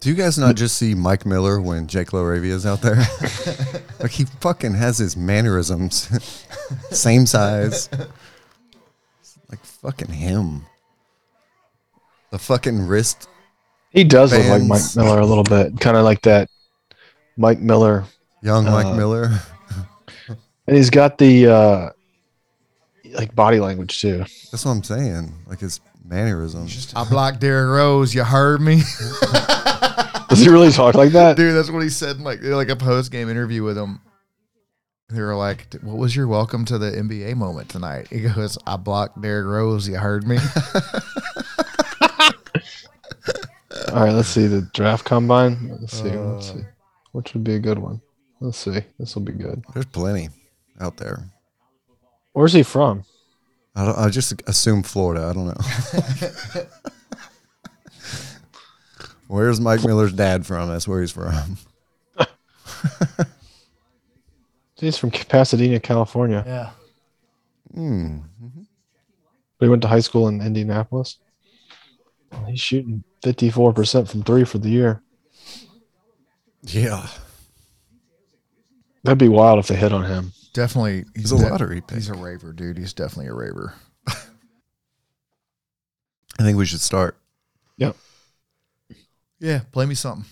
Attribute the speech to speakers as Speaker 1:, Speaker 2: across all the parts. Speaker 1: Do you guys not just see Mike Miller when Jake LaRavia is out there? like he fucking has his mannerisms, same size. Like fucking him. The fucking wrist.
Speaker 2: He does look like Mike
Speaker 1: Fans.
Speaker 2: Miller a little bit, kind of like that Mike Miller,
Speaker 1: Young Mike
Speaker 2: Uh,
Speaker 1: Miller.
Speaker 2: and he's got the uh, like body language too.
Speaker 1: That's what I'm saying. Like his mannerisms. Uh,
Speaker 3: I blocked Derrick Rose. You heard me,
Speaker 2: Does he really talk like that?
Speaker 3: dude. That's what he said. In like they're like a post game interview with him. They were like, "What was your welcome to the NBA moment tonight?" He goes, "I blocked Derrick Rose. You heard me."
Speaker 2: All right, let's see the draft combine. Let's see, let's see, which would be a good one. Let's see, this will be good.
Speaker 1: There's plenty out there.
Speaker 2: Where's he from?
Speaker 1: I, don't, I just assume Florida. I don't know. Where's Mike Miller's dad from? That's where he's from.
Speaker 2: He's from Pasadena, California.
Speaker 3: yeah.
Speaker 1: Hmm.
Speaker 2: But he went to high school in Indianapolis. Well, He's shooting 54% from three for the year.
Speaker 1: Yeah.
Speaker 2: That'd be wild if they hit on him.
Speaker 3: Definitely, he's,
Speaker 1: a
Speaker 3: de-
Speaker 1: lottery pick.
Speaker 3: He's a raver, dude. He's definitely a raver.
Speaker 1: I think we should start.
Speaker 3: Yeah, play me something.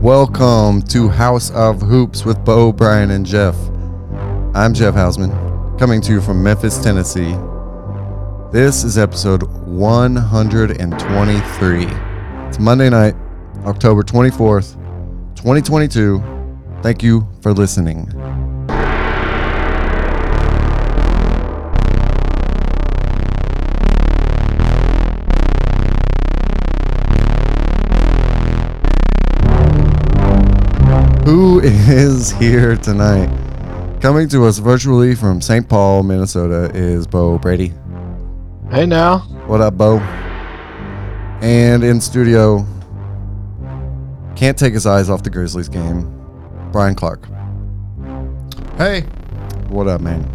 Speaker 1: Welcome to House of Hoops with Bo, Brian, and Jeff. I'm Jeff Hausman, coming to you from Memphis, Tennessee. This is episode 123. It's Monday night, October 24th, 2022. Thank you for listening. Who is here tonight? Coming to us virtually from St. Paul, Minnesota is Bo Brady.
Speaker 2: Hey, now.
Speaker 1: What up, Bo? And in studio, can't take his eyes off the Grizzlies game. Brian Clark.
Speaker 3: Hey,
Speaker 1: What up, man?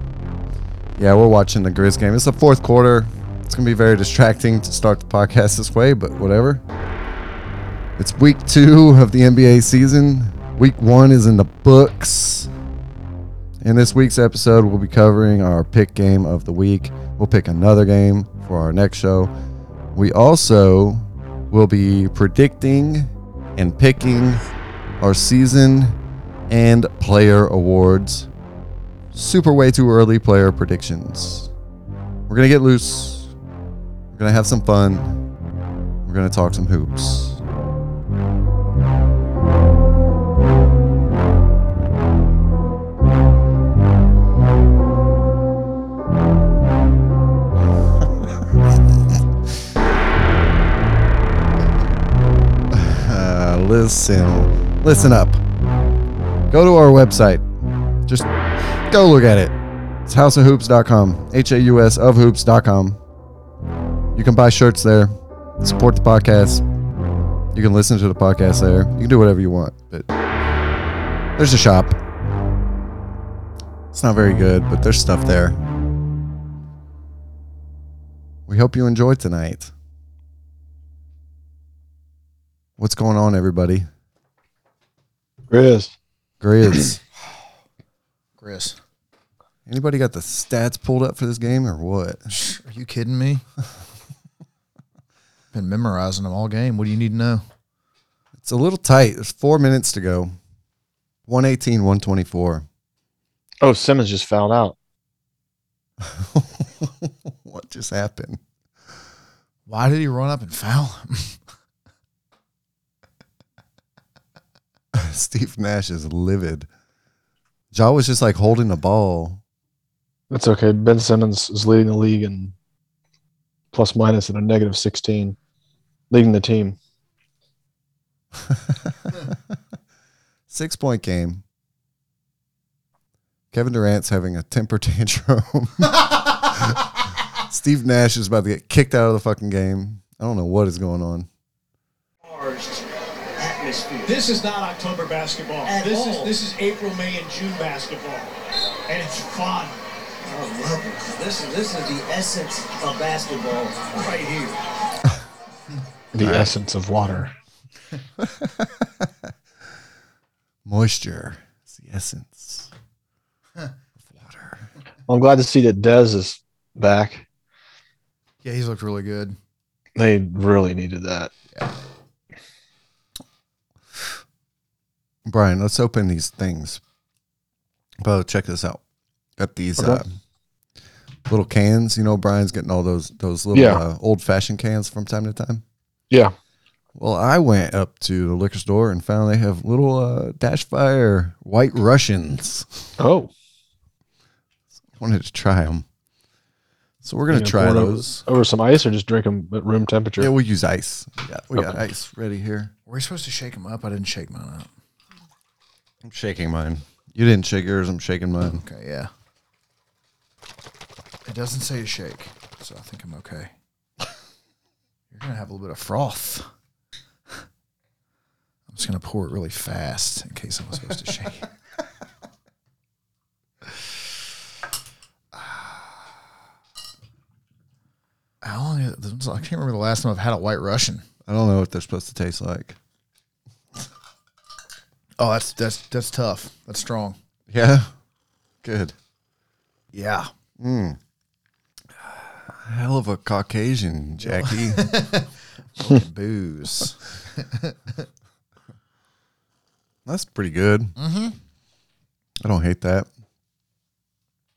Speaker 1: Yeah, we're watching the Grizz game. It's the fourth quarter. It's gonna be very distracting to start the podcast this way, but whatever. It's week two of the NBA season. Week one is in the books. In this week's episode, we'll be covering our pick game of the week. We'll pick another game for our next show. We also will be predicting and picking our season and player awards super way too early player predictions. We're going to get loose. We're going to have some fun. We're going to talk some hoops. Uh, Listen, listen up. Go to our website. Just go look at it. It's houseofhoops.com, H A U S of hoops.com. You can buy shirts there, support the podcast. You can listen to the podcast there. You can do whatever you want, but there's a shop. It's not very good, but there's stuff there. We hope you enjoyed tonight. What's going on, everybody?
Speaker 2: Grizz.
Speaker 1: Grizz.
Speaker 3: Chris,
Speaker 1: Anybody got the stats pulled up for this game or what?
Speaker 3: are you kidding me? Been memorizing them all game. What do you need to know?
Speaker 1: It's a little tight. There's four minutes to go. 118, 124.
Speaker 2: Oh, Simmons just fouled out.
Speaker 1: what just happened?
Speaker 3: Why did he run up and foul him?
Speaker 1: Steve Nash is livid. Jaw was just like holding the ball.
Speaker 2: That's okay. Ben Simmons is leading the league in plus minus at a negative 16. leading the team.
Speaker 1: Six point game. Kevin Durant's having a temper tantrum. Steve Nash is about to get kicked out of the fucking game. I don't know what is going on.
Speaker 4: charged atmosphere.
Speaker 5: This is not October basketball.
Speaker 4: At
Speaker 5: this
Speaker 4: all.
Speaker 5: is this is April, May, and June basketball, and it's fun.
Speaker 4: I love it. This is this is the essence of basketball right here.
Speaker 2: The essence of water.
Speaker 1: Moisture is the essence of water.
Speaker 2: Well, I'm glad to see that Dez is back.
Speaker 3: Yeah, he's looked really good.
Speaker 2: They really needed that.
Speaker 1: Brian, let's open these things. Bo, check this out. Got these
Speaker 2: Okay.
Speaker 1: uh, little cans. You know, Brian's getting all those those little
Speaker 2: Yeah.
Speaker 1: uh, old fashioned cans from time to time.
Speaker 2: Yeah.
Speaker 1: Well, I went up to the liquor store and found they have little uh, Dash Fire White Russians.
Speaker 2: Oh,
Speaker 1: Wanted to try them, so we're gonna try those.
Speaker 2: over, some ice or just drink them at room temperature.
Speaker 1: Yeah, we'll use ice. Yeah, we got
Speaker 2: Okay.
Speaker 1: ice ready here.
Speaker 3: Were we supposed to shake him up? I didn't shake mine up.
Speaker 1: I'm shaking mine. You didn't shake yours. I'm shaking mine.
Speaker 3: Okay, yeah. It doesn't say to shake, so I think I'm okay. You're gonna have a little bit of froth. I'm just gonna pour it really fast in case I was supposed to shake. it. How long? Is this was- I can't remember the last time I've had a White Russian.
Speaker 1: I don't know what they're supposed to taste like.
Speaker 3: Oh, that's that's that's tough. That's strong.
Speaker 1: Yeah, good.
Speaker 3: Yeah.
Speaker 1: Hell of a Caucasian, Jackie.
Speaker 3: Booze.
Speaker 1: That's pretty good. Mm-hmm. I don't hate that.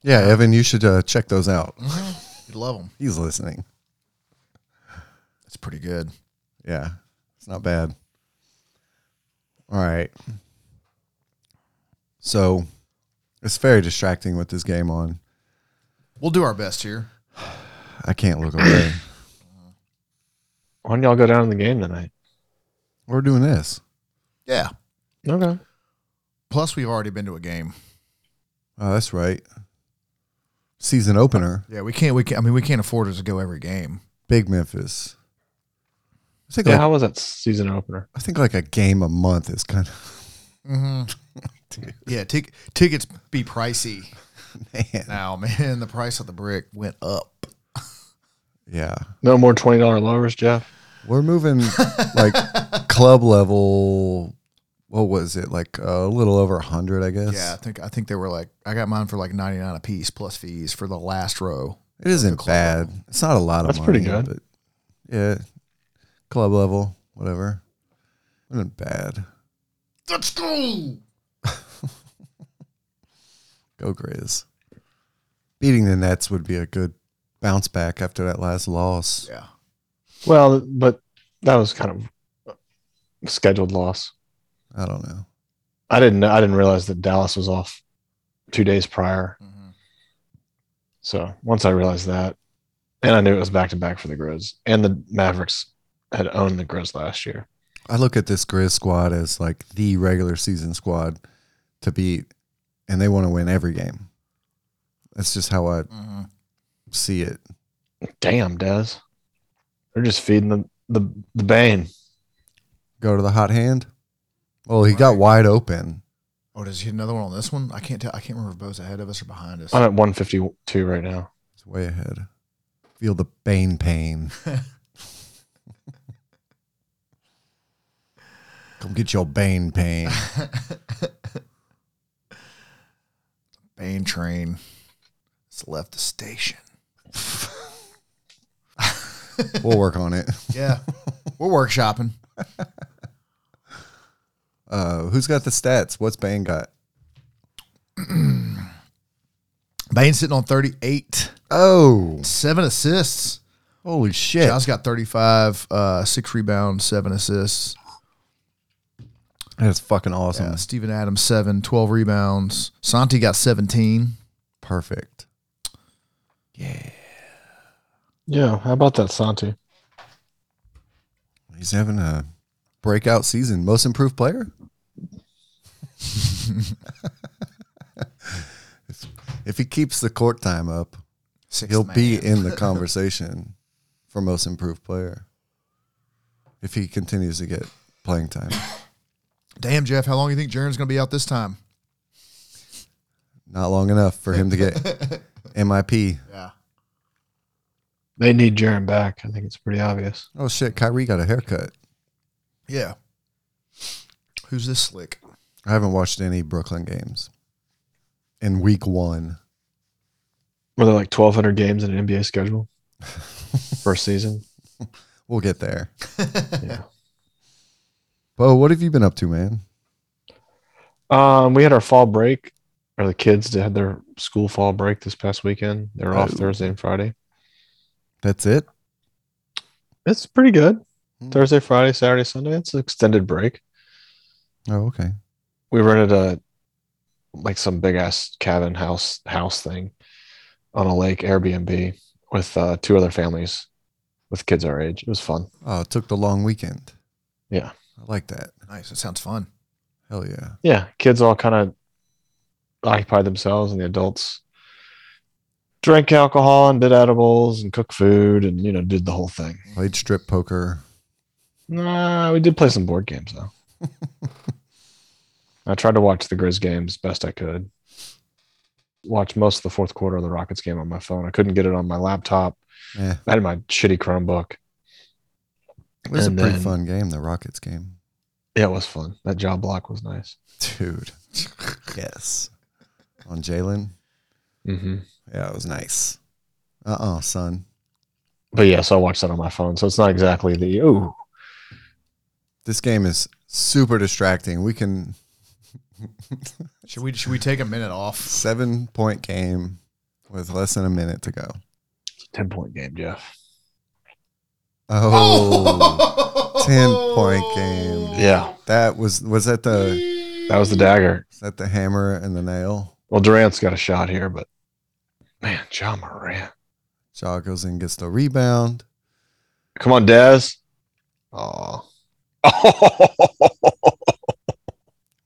Speaker 1: Yeah, Evan, you should uh, check those out.
Speaker 3: You'd love them.
Speaker 1: He's listening.
Speaker 3: It's pretty good.
Speaker 1: Yeah, it's not bad. All right. So it's very distracting with this game on.
Speaker 3: We'll do our best here.
Speaker 1: I can't look away.
Speaker 2: Why don't y'all go down to the game tonight?
Speaker 1: We're doing this.
Speaker 3: Yeah.
Speaker 2: Okay.
Speaker 3: Plus, we've already been to a game.
Speaker 1: Oh, that's right. Season opener,
Speaker 3: Yeah, we can't. We can't, I mean, we can't afford to go every game.
Speaker 1: Big Memphis. I think,
Speaker 2: Yeah.
Speaker 1: like,
Speaker 2: How was that season opener?
Speaker 1: I think like a game a month is kind of
Speaker 3: Mm-hmm. Yeah, tic- tickets be pricey
Speaker 1: man.
Speaker 3: now, man. The price of the brick went up.
Speaker 1: Yeah.
Speaker 2: No more twenty dollar lowers, Jeff.
Speaker 1: We're moving like club level. What was it like? A little over a hundred, I guess.
Speaker 3: Yeah, I think I think they were like I got mine for like ninety nine a piece plus fees for the last row.
Speaker 1: it isn't
Speaker 3: club
Speaker 1: bad. It's not a lot of
Speaker 2: That's
Speaker 1: money.
Speaker 2: pretty good.
Speaker 1: But yeah, club level, whatever. Isn't bad.
Speaker 3: Let's go.
Speaker 1: Go Grizz. Beating the Nets would be a good bounce back after that last loss.
Speaker 3: Yeah,
Speaker 2: Well, but that was kind of a scheduled loss.
Speaker 1: I don't know.
Speaker 2: I didn't know. I didn't realize that Dallas was off two days prior.
Speaker 3: Mhm.
Speaker 2: So once I realized that, and I knew it was back to back for the Grizz, and the Mavericks had owned the Grizz last year.
Speaker 1: I look at this Grizz squad as like the regular season squad to beat, and they want to win every game. That's just how I
Speaker 3: Mhm.
Speaker 1: see it.
Speaker 2: Damn, Des, they're just feeding the the, the bane.
Speaker 1: go to the hot hand. Well, he got
Speaker 3: Right.
Speaker 1: wide open.
Speaker 3: Oh, does he hit another one on this one? I can't tell. I can't remember if Bo's ahead of us or behind us.
Speaker 2: I'm at 152 right now.
Speaker 1: He's way ahead. Feel the bane pain. Come get your bane pain.
Speaker 3: Bane train. It's left the station.
Speaker 1: We'll work on it.
Speaker 3: Yeah, we're workshopping.
Speaker 1: Uh, who's got the stats? What's Bane got?
Speaker 3: Bane's sitting on 38,
Speaker 1: Oh,
Speaker 3: seven assists.
Speaker 1: holy shit!
Speaker 3: John's got 35, uh, six rebounds, seven assists.
Speaker 1: That's fucking awesome.
Speaker 3: Uh, Steven Adams, seven, 12 rebounds. Santi got 17.
Speaker 1: Perfect.
Speaker 2: Yeah, how about that, Santi?
Speaker 1: He's having a breakout season. Most improved player? if, if he keeps the court time up,
Speaker 3: Sixth
Speaker 1: he'll be
Speaker 3: man.
Speaker 1: in the conversation for most improved player. If he continues to get playing time.
Speaker 3: Damn, Jeff, how long do you think Jaron's going to be out this time?
Speaker 1: Not long enough for him to get MIP.
Speaker 3: Yeah.
Speaker 2: They need Jaron back. I think it's pretty obvious.
Speaker 1: Oh shit, Kyrie got a haircut.
Speaker 3: Yeah. Who's this slick?
Speaker 1: I haven't watched any Brooklyn games. In week one.
Speaker 2: Were there like 1,200 games in an NBA schedule? First season?
Speaker 1: We'll get there.
Speaker 2: Yeah.
Speaker 1: Bo, what have you been up to, man?
Speaker 2: Um, we had our fall break, or the kids did- had their school fall break this past weekend. They were off
Speaker 1: Oh.
Speaker 2: Thursday and Friday.
Speaker 1: That's it?
Speaker 2: It's pretty good.
Speaker 1: Hmm.
Speaker 2: Thursday, Friday, Saturday, Sunday. It's an extended break.
Speaker 1: Oh, okay.
Speaker 2: we rented a like some big ass cabin house house thing on a lake Airbnb with uh, two other families with kids our age. It was fun.
Speaker 1: Oh, it took the long weekend.
Speaker 2: Yeah.
Speaker 1: I like that.
Speaker 3: Nice. That sounds fun.
Speaker 1: Hell yeah.
Speaker 2: Yeah, kids all kind of occupied themselves, and the adults drank alcohol and did edibles and cooked food and you know did the whole thing.
Speaker 1: Played strip poker.
Speaker 2: Nah, we did play some board games though. I tried to watch the Grizz games best I could. Watched most of the fourth quarter of the Rockets game on my phone. I couldn't get it on my laptop.
Speaker 1: Yeah.
Speaker 2: I had my shitty Chromebook.
Speaker 1: It was
Speaker 2: And
Speaker 1: a pretty
Speaker 2: then-
Speaker 1: fun game, the Rockets game.
Speaker 2: Yeah, it was fun. That job block was nice.
Speaker 1: Dude. yes. On Jalen.
Speaker 2: Mm-hmm.
Speaker 1: Yeah, it was nice. Uh oh, son.
Speaker 2: But yeah, so I watched that on my phone. So it's not exactly the oh
Speaker 1: This game is super distracting. We can
Speaker 3: Should we should we take a minute off?
Speaker 1: seven point game with less than a minute to go.
Speaker 2: it's a ten point game, Jeff.
Speaker 1: Oh, 10 point game.
Speaker 2: Yeah,
Speaker 1: that was was that the
Speaker 2: that was the dagger.
Speaker 1: was that the hammer and the nail?
Speaker 2: Well, Durant's got a shot here, but man, John Morant.
Speaker 1: Shaw goes in, gets the rebound.
Speaker 2: Come on, Dez. Oh.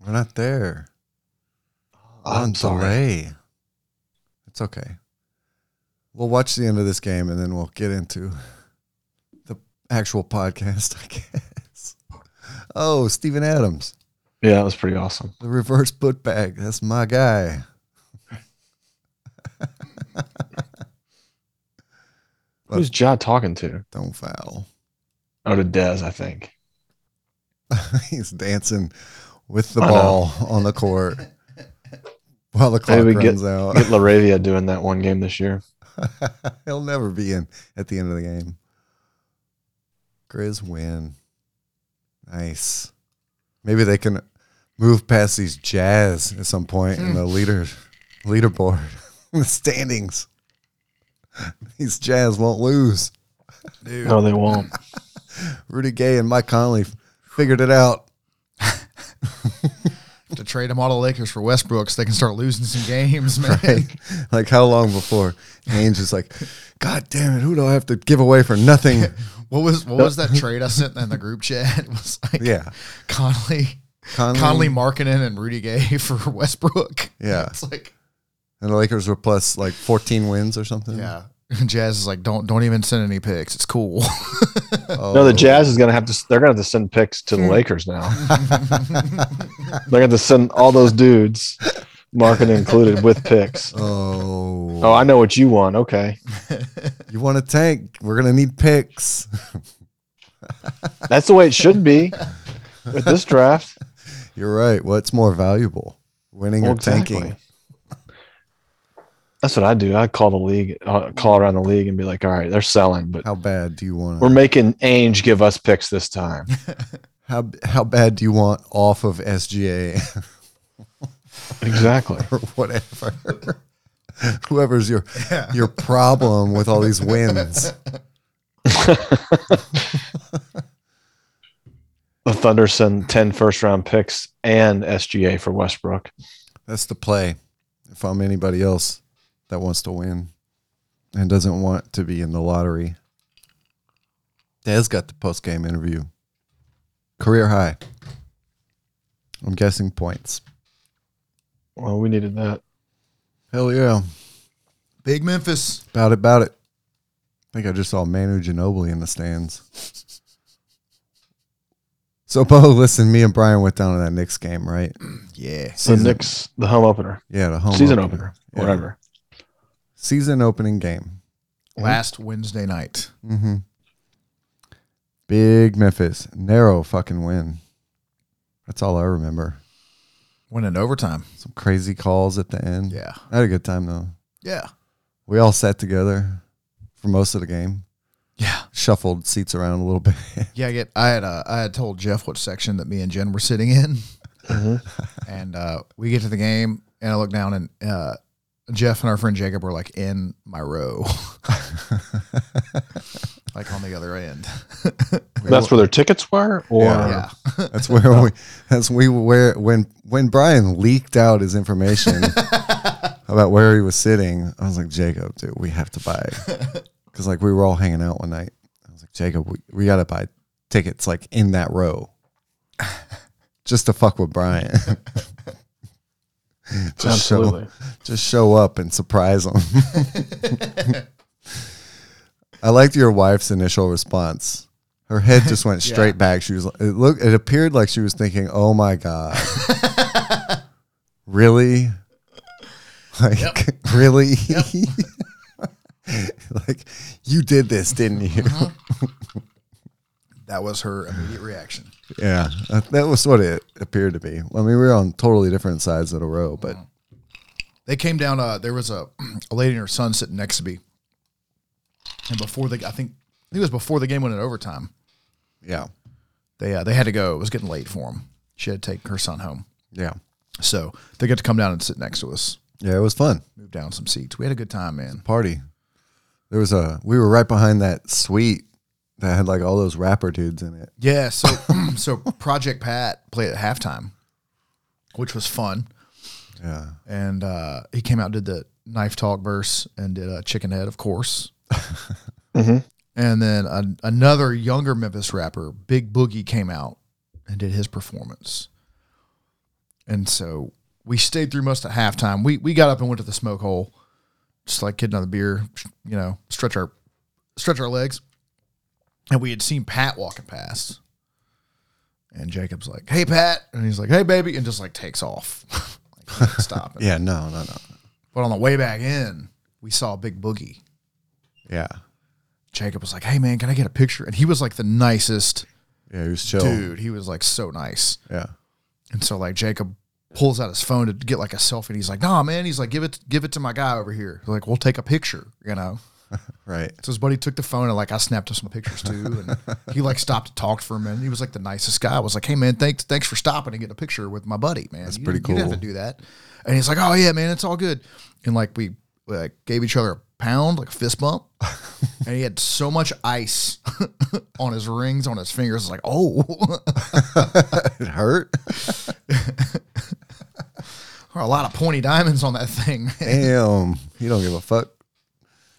Speaker 1: We're not there.
Speaker 2: I'm sorry.
Speaker 1: delay. It's okay. We'll watch the end of this game and then we'll get into the actual podcast, I guess. Oh, Steven Adams,
Speaker 2: Yeah, that was pretty awesome.
Speaker 1: the reverse put back. That's my guy. But-
Speaker 2: Who's Ja talking to?
Speaker 1: Don't foul.
Speaker 2: Oh, to Dez, I think.
Speaker 1: He's dancing with the
Speaker 2: I know.
Speaker 1: ball on the court while the clock
Speaker 2: Maybe get-
Speaker 1: runs out.
Speaker 2: Get Laravia doing that one game this year.
Speaker 1: He'll never be in at the end of the game. Grizz win. Nice. Maybe they can move past these Jazz at some point in the leader leaderboard, the standings. These Jazz won't lose.
Speaker 3: Dude.
Speaker 2: No, they won't.
Speaker 1: Rudy Gay and Mike Conley figured it out.
Speaker 3: To trade them all to Lakers for Westbrook so they can start losing some games, man.
Speaker 1: Right? like how long before? Haynes is like, God damn it! Who do I have to give away for nothing?
Speaker 3: What was what was that trade I sent in the group chat? It was like
Speaker 1: Yeah,
Speaker 3: Conley,
Speaker 1: Conley,
Speaker 3: Conley, Markinen, and Rudy Gay for Westbrook.
Speaker 1: Yeah.
Speaker 3: it's like
Speaker 1: and the Lakers were plus like 14 wins or something.
Speaker 3: yeah. Jazz is like, don't don't even send any picks. It's cool.
Speaker 1: Oh. Hmm.
Speaker 2: No, the Jazz is gonna have to. They're gonna have to send picks to the Lakers now. they're gonna have to send all those dudes, marketing included, with picks.
Speaker 1: Oh,
Speaker 2: Oh, I know what you want. Okay,
Speaker 1: you want a tank? We're gonna need picks.
Speaker 2: that's the way it should be with this draft.
Speaker 1: You're right. What's more valuable, winning
Speaker 2: Well,
Speaker 1: or tanking?
Speaker 2: exactly. That's what I do. I call the league, uh, call around the league, and be like, "All right, they're selling, but
Speaker 1: How bad do you want?
Speaker 2: we're making Ainge give us picks this time."
Speaker 1: how how bad do you want off of SGA
Speaker 2: exactly.
Speaker 1: or whatever? Whoever's your your problem with all these wins.
Speaker 2: the Thunder send 10 first round picks and SGA for Westbrook.
Speaker 1: That's the play. If I'm anybody else that wants to win and doesn't want to be in the lottery, Dez got the post game interview. Career high. I'm guessing points.
Speaker 2: Well, we needed that.
Speaker 1: Hell yeah.
Speaker 3: Big Memphis.
Speaker 1: About it, about it. I think I just saw Manu Ginobili in the stands. So, Bo, listen, me and Brian went down to that Knicks game, right?
Speaker 3: Yeah.
Speaker 2: The
Speaker 1: Season-
Speaker 2: Knicks, the home opener,
Speaker 1: Yeah, the home
Speaker 2: season opener,
Speaker 1: Yeah.
Speaker 2: whatever.
Speaker 1: Season opening game.
Speaker 3: Last Wednesday night.
Speaker 1: Mm-hmm. Big Memphis. Narrow fucking win. That's all I remember.
Speaker 3: Went in overtime.
Speaker 1: Some crazy calls at the end.
Speaker 3: Yeah.
Speaker 1: I had a good time, though.
Speaker 3: Yeah.
Speaker 1: We all sat together for most of the game,
Speaker 3: Yeah.
Speaker 1: shuffled seats around a little bit.
Speaker 3: Yeah, I get. I had uh, I had told Jeff what section that me and Jen were sitting in,
Speaker 2: Mm-hmm.
Speaker 3: and uh, we get to the game, and I look down, and uh, Jeff and our friend Jacob were like in my row, like on the other end.
Speaker 2: That's where their tickets were, or
Speaker 1: Yeah.
Speaker 3: yeah,
Speaker 1: That's where we. That's we where when when Brian leaked out his information about where he was sitting. I was like, Jacob, dude, we have to buy because like we were all hanging out one night. I was like, Jacob, we, we gotta buy tickets like in that row, just to fuck with Brian. show-
Speaker 2: absolutely.
Speaker 1: just show up and surprise them. I liked your wife's initial response. Her head just went straight back. She was it look it appeared like she was thinking, "Oh my god. really? Like really? like you did this, didn't you?"
Speaker 3: that was her immediate reaction.
Speaker 1: Yeah. That, that was what it appeared to be. I mean, we were on totally different sides of the row, but
Speaker 3: They came down. Uh, there was a, a lady and her son sitting next to me, and before the I think, I think it was before the game went in overtime.
Speaker 1: yeah.
Speaker 3: They uh, they had to go. It was getting late for them. She had to take her son home.
Speaker 1: Yeah.
Speaker 3: So they get to come down and sit next to us,
Speaker 1: Yeah, it was fun.
Speaker 3: move down some seats. We had a good time, man.
Speaker 1: party. There was a we were right behind that suite that had like all those rapper dudes in it.
Speaker 3: Yeah. So so Project Pat played at halftime, which was fun,
Speaker 1: Yeah.
Speaker 3: and uh, he came out did the knife talk verse and did a chicken head, of course.
Speaker 2: Mm-hmm.
Speaker 3: And then an another younger Memphis rapper, Big Boogie, came out and did his performance. And so we stayed through most of halftime. We we got up and went to the smoke hole, just like getting another beer, you know, stretch our stretch our legs. And we had seen Pat walking past. And Jacob's like, "Hey, Pat," and he's like, "Hey, baby," and just like takes off, like, stopping.
Speaker 1: Yeah, no, no, no.
Speaker 3: But on the way back in, we saw Big Boogie.
Speaker 1: Yeah.
Speaker 3: Jacob was like, "Hey man, can I get a picture?" And he was like the nicest
Speaker 1: Yeah, he was chill.
Speaker 3: dude. He was like so nice.
Speaker 1: Yeah.
Speaker 3: And so like Jacob pulls out his phone to get like a selfie. And he's like, "Nah, man." He's like, "Give it, give it to my guy over here." He's like, "We'll take a picture," you know.
Speaker 1: Right.
Speaker 3: So his buddy took the phone and like I snapped him some pictures too. And he like stopped and talked for a minute. He was like the nicest guy. I was like, "Hey man, thanks, thanks for stopping and getting a picture with my buddy, man. That's
Speaker 1: pretty
Speaker 3: You didn't
Speaker 1: cool.
Speaker 3: have to do that." And he's like, "Oh yeah, man, it's all good." And like we like gave each other a pound, like a fist bump. and he had so much ice on his rings, on his fingers. It's like, oh,
Speaker 1: It hurt.
Speaker 3: Or a lot of pointy diamonds on that thing.
Speaker 1: Damn. You don't give a fuck.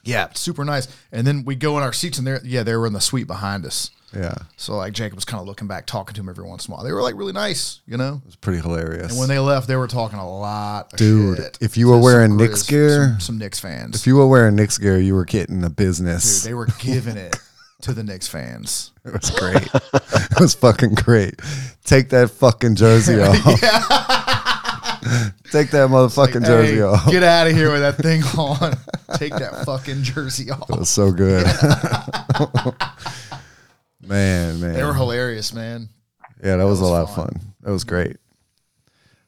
Speaker 3: yeah, super nice. And then we go in our seats, and there, yeah, they were in the suite behind us.
Speaker 1: Yeah. It
Speaker 3: So like Jacob was kind of looking back, talking to him every once in a while. They were like really nice, you know.
Speaker 1: was pretty hilarious.
Speaker 3: And when they left, they were talking a lot, of
Speaker 1: Dude,
Speaker 3: shit
Speaker 1: if you were
Speaker 3: to some
Speaker 1: wearing Knicks
Speaker 3: Grizz-
Speaker 1: gear-
Speaker 3: some, some Knicks fans,
Speaker 1: if you were wearing Knicks gear, you were getting the business.
Speaker 3: Dude, they were giving it to the Knicks fans.
Speaker 1: it was great. it was fucking great. Take that fucking jersey off. Take that motherfucking jersey
Speaker 3: Hey,
Speaker 1: off.
Speaker 3: Get out of here with that thing on. Take that fucking jersey off.
Speaker 1: That was so good. man, man.
Speaker 3: They were hilarious, man.
Speaker 1: Yeah, that, was, a lot of fun. That was great.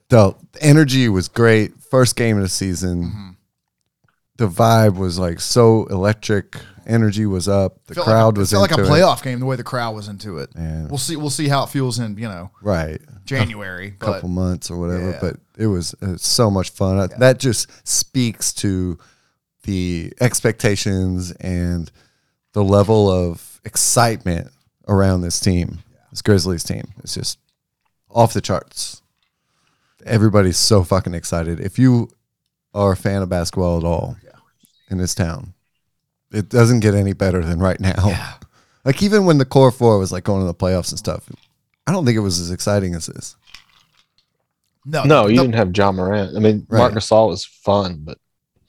Speaker 1: The energy was great. First game of the season.
Speaker 3: Mm-hmm.
Speaker 1: The vibe was like so electric. Energy was up. The
Speaker 3: Felt like a-
Speaker 1: crowd
Speaker 3: it
Speaker 1: was
Speaker 3: felt like a
Speaker 1: into it.
Speaker 3: playoff game. The way the crowd was into it.
Speaker 1: Yeah.
Speaker 3: We'll see. We'll see how it feels in you know
Speaker 1: Right.
Speaker 3: January. But
Speaker 1: couple months or whatever,
Speaker 3: Yeah.
Speaker 1: but it was uh, so much fun. Uh, That just speaks to the expectations and the level of excitement around this team, this Grizzlies team. It's just off the charts. Everybody's so fucking excited. If you are a fan of basketball at all in this town, it doesn't get any better than right now. Like even when the core four was like going to the playoffs and stuff, I don't think it was as exciting as this.
Speaker 3: No,
Speaker 2: No, you
Speaker 3: the-
Speaker 2: didn't have John Morant. I mean,
Speaker 1: Right.
Speaker 2: Mark Gasol was fun, but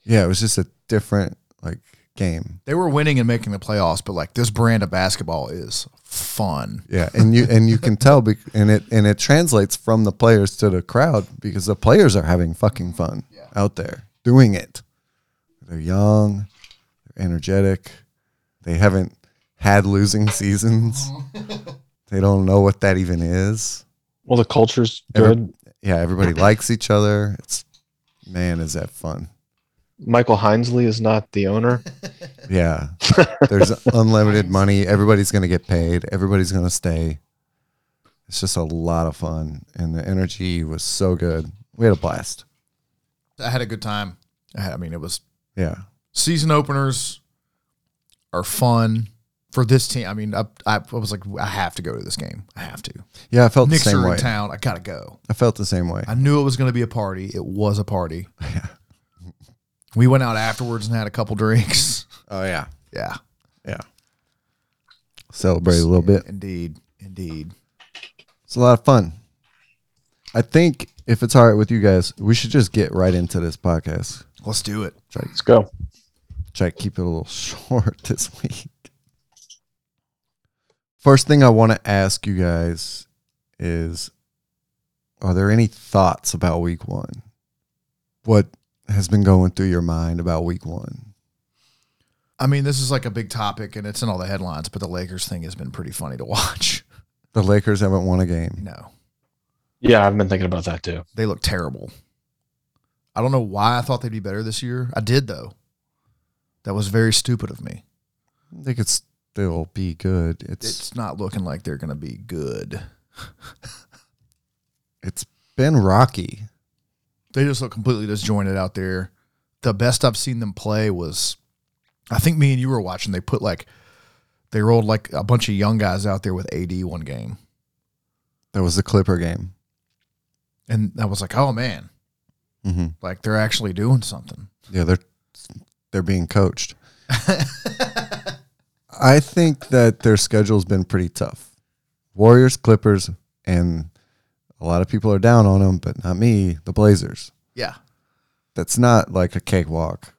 Speaker 1: Yeah, it was just a different like game.
Speaker 3: they were winning and making the playoffs, but like this brand of basketball is fun.
Speaker 1: Yeah, and you and you can tell, bec- and it and it translates from the players to the crowd because the players are having fucking fun out there doing it. They're young, they're energetic, they haven't had losing seasons. they don't know what that even is.
Speaker 2: well, the culture's
Speaker 1: Every-
Speaker 2: good.
Speaker 1: Yeah, everybody likes each other. It's man, is that fun?
Speaker 2: Michael Hinesley is not the owner.
Speaker 1: Yeah. There's unlimited money. Everybody's going to get paid. Everybody's going to stay. It's just a lot of fun. And the energy was so good. We had a blast.
Speaker 3: I had a good time. I, had, I mean, it was
Speaker 1: Yeah.
Speaker 3: season openers are fun for this team. I mean, I, I was like, I have to go to this game. I have to.
Speaker 1: Yeah. I felt
Speaker 3: Knicks
Speaker 1: the same
Speaker 3: are
Speaker 1: way.
Speaker 3: in town. I gotta go.
Speaker 1: I felt the same way.
Speaker 3: I knew it was gonna be a party. It was a party. we went out afterwards and had a couple drinks.
Speaker 1: Oh, yeah.
Speaker 3: Yeah,
Speaker 1: Yeah. Celebrated a little bit.
Speaker 3: indeed, indeed.
Speaker 1: It's a lot of fun. I think if it's all right with you guys, we should just get right into this podcast.
Speaker 3: Let's do it.
Speaker 2: Let's go.
Speaker 1: try to keep it a little short this week. First thing I want to ask you guys is are there any thoughts about week one? What has been going through your mind about week one?
Speaker 3: I mean, this is like a big topic, and it's in all the headlines. But the Lakers thing has been pretty funny to watch.
Speaker 1: The Lakers haven't won a
Speaker 3: You
Speaker 1: game.
Speaker 3: know,
Speaker 2: Yeah, I've been thinking about that too.
Speaker 3: they look terrible. I don't know why I thought they'd be better this year. I did though. That was very stupid of me.
Speaker 1: They could still be good. It's it's,
Speaker 3: It's not looking like they're gonna be good.
Speaker 1: it's been rocky.
Speaker 3: they just look completely disjointed out there. The best I've seen them play was, I think me and you were watching. They put like, they rolled like a bunch of young guys out there with AD one game,
Speaker 1: That was the Clipper game.
Speaker 3: and I was like, oh man,
Speaker 1: Mm-hmm.
Speaker 3: like they're actually doing something.
Speaker 1: Yeah, they're they're being coached. I think that their schedule's been pretty tough. Warriors, Clippers, and a lot of people are down on them, but not me. The Blazers.
Speaker 3: Yeah,
Speaker 1: That's not like a cakewalk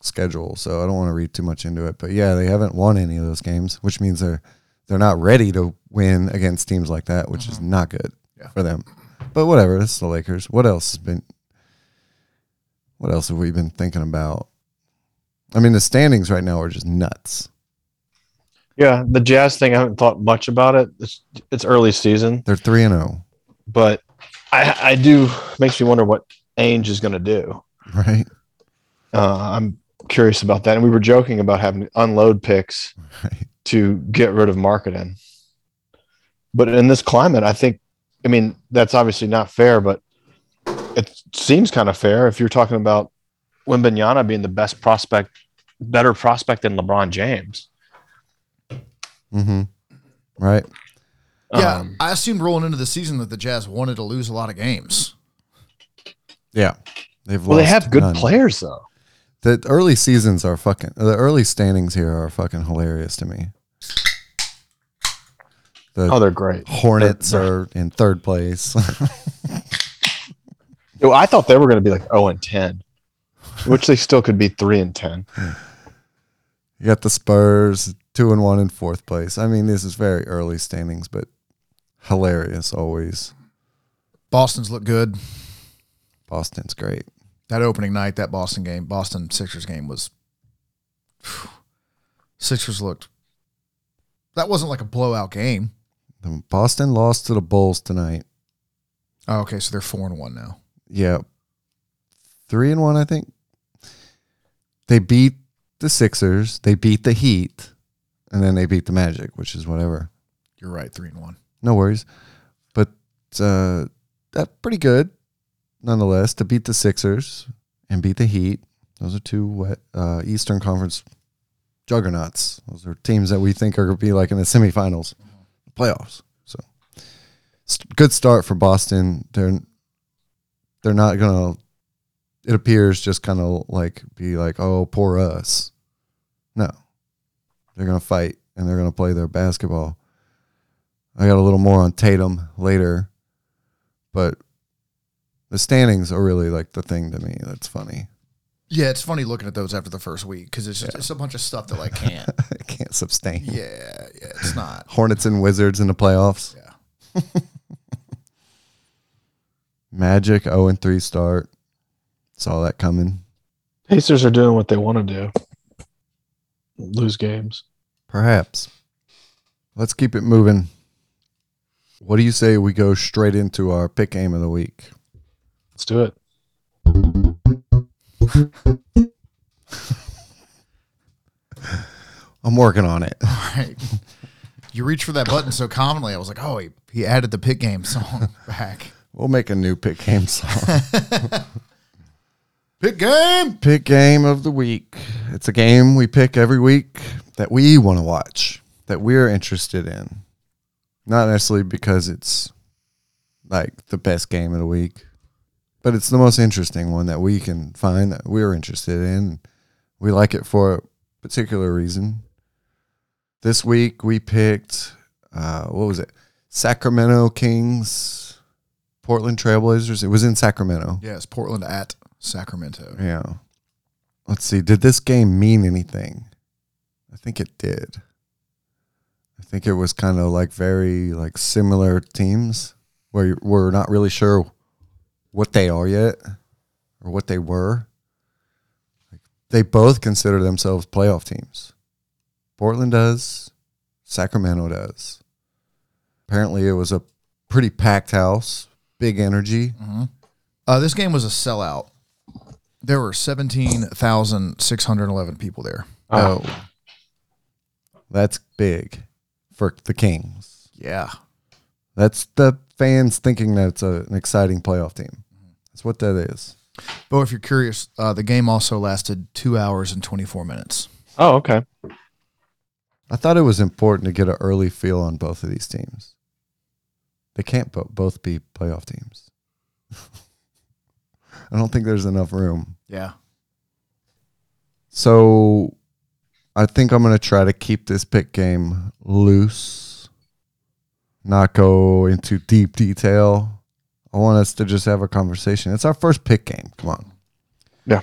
Speaker 1: schedule, so I don't want to read too much into it. But yeah, they haven't won any of those games, which means they're they're not ready to win against teams like that, which
Speaker 2: Mm-hmm.
Speaker 1: is not good
Speaker 3: Yeah.
Speaker 1: for them. But whatever, it's the Lakers. What else has been? What else have we been thinking about? I mean, the standings right now are just nuts.
Speaker 2: Yeah, the Jazz thing, I haven't thought much about it. It's, it's early season,
Speaker 1: They're three and oh, zero,
Speaker 2: but I, I do, makes me wonder what Ainge is going to do.
Speaker 1: right?
Speaker 2: Uh, I'm curious about that. And we were joking about having to unload picks
Speaker 1: Right.
Speaker 2: to get rid of marketing. But in this climate, I think, I mean, that's obviously not fair, but it seems kind of fair if you're talking about Wimbenyana being the best prospect, better prospect than LeBron James.
Speaker 1: Mm-hmm. Right.
Speaker 3: yeah.
Speaker 2: Um,
Speaker 3: I assumed rolling into the season that the Jazz wanted to lose a lot of games.
Speaker 1: Yeah. They've
Speaker 2: well, they
Speaker 1: lost
Speaker 2: have good
Speaker 1: none.
Speaker 2: players, though.
Speaker 1: The early seasons are fucking. The early standings here are fucking hilarious to me. The
Speaker 2: Oh, they're great.
Speaker 1: Hornets
Speaker 2: they're-
Speaker 1: are in third place.
Speaker 2: Yo, I thought they were going to be like 0 and 10, which they still could be 3 and 10.
Speaker 1: you got the Spurs two and one in fourth place. I mean, this is very early standings, but hilarious always.
Speaker 3: Boston's look good.
Speaker 1: Boston's great.
Speaker 3: That opening night, that Boston game, Boston Sixers game was. Sixers looked. That wasn't like a blowout game.
Speaker 1: The Boston lost to the Bulls tonight.
Speaker 3: Oh, okay, so they're four and one now.
Speaker 1: Yeah. Three and one, I think. They beat the Sixers. They beat the Heat. And then they beat the Magic, which is whatever.
Speaker 3: You're right, three and one.
Speaker 1: No worries. But uh that's pretty good nonetheless to beat the Sixers and beat the Heat. Those are two what uh Eastern Conference juggernauts. Those are teams that we think are gonna be like in the semifinals, playoffs. So s- good start for Boston. They're they're not gonna it appears just kind of like be like, oh, poor us. No. They're gonna fight and they're gonna play their basketball. I got a little more on Tatum later, but the standings are really like the thing to me. That's funny.
Speaker 3: Yeah, it's funny looking at those after the first week because it's just, it's a bunch of stuff that like can't.
Speaker 1: I can't sustain
Speaker 3: yeah, yeah, it's not.
Speaker 1: Hornets and Wizards in the playoffs.
Speaker 3: Yeah.
Speaker 1: Magic 0 and 3 start. Saw that coming.
Speaker 2: Pacers are doing what they want to do. Lose games.
Speaker 1: Perhaps. Let's keep it moving. What do you say we go straight into our pick game of the week?
Speaker 2: Let's do it.
Speaker 1: I'm working on it.
Speaker 3: Right. You reach for that button so commonly. I was like, oh, he, he added the pit game song back.
Speaker 1: We'll make a new pick game song.
Speaker 3: Pit game.
Speaker 1: pick game of the week. It's a game we pick every week that we want to watch, that we're interested in. Not necessarily because it's like the best game of the week, but it's the most interesting one that we can find that we're interested in. We like it for a particular reason. This week we picked, uh, what was it? Sacramento Kings, Portland Trailblazers. It was in Sacramento.
Speaker 3: Yes, Portland at Sacramento.
Speaker 1: Yeah. Let's see. Did this game mean anything? I think it did. I think it was kind of like very like similar teams where you- we're not really sure what they are yet or what they were. Like, They both consider themselves playoff teams. Portland does, Sacramento does. Apparently, it was a pretty packed house, big energy.
Speaker 3: Uh, this game was a sellout. There were 17,611 people there.
Speaker 1: Oh. That's big for the Kings.
Speaker 3: Yeah.
Speaker 1: That's the fans thinking that it's a, an exciting playoff team. That's what that is.
Speaker 3: But if you're curious, uh, the game also lasted two hours and 24 minutes.
Speaker 2: Oh, okay.
Speaker 1: I thought it was important to get an early feel on both of these teams. They can't bo- both be playoff teams. I don't think there's enough room.
Speaker 3: Yeah.
Speaker 1: So I think I'm going to try to keep this pick game loose, not go into deep detail. I want us to just have a conversation. It's our first pick game. Come on.
Speaker 2: Yeah.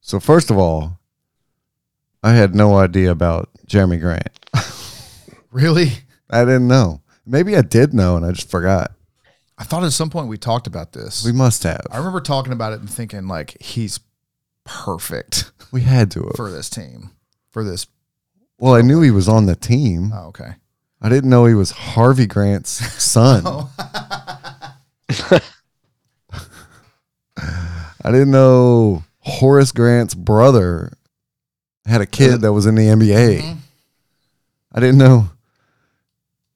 Speaker 1: So, first of all, I had no idea about Jeremy Grant.
Speaker 3: Really?
Speaker 1: I didn't know. Maybe I did know and I just forgot.
Speaker 3: I thought at some point we talked about this.
Speaker 1: We must have.
Speaker 3: I remember talking about it and thinking, like, he's perfect
Speaker 1: We had to. Have.
Speaker 3: for this team, for this.
Speaker 1: Well, I knew he was on the team.
Speaker 3: Oh, okay.
Speaker 1: I didn't know he was Harvey Grant's son. I didn't know Horace Grant's brother had a kid that was in the NBA. I didn't know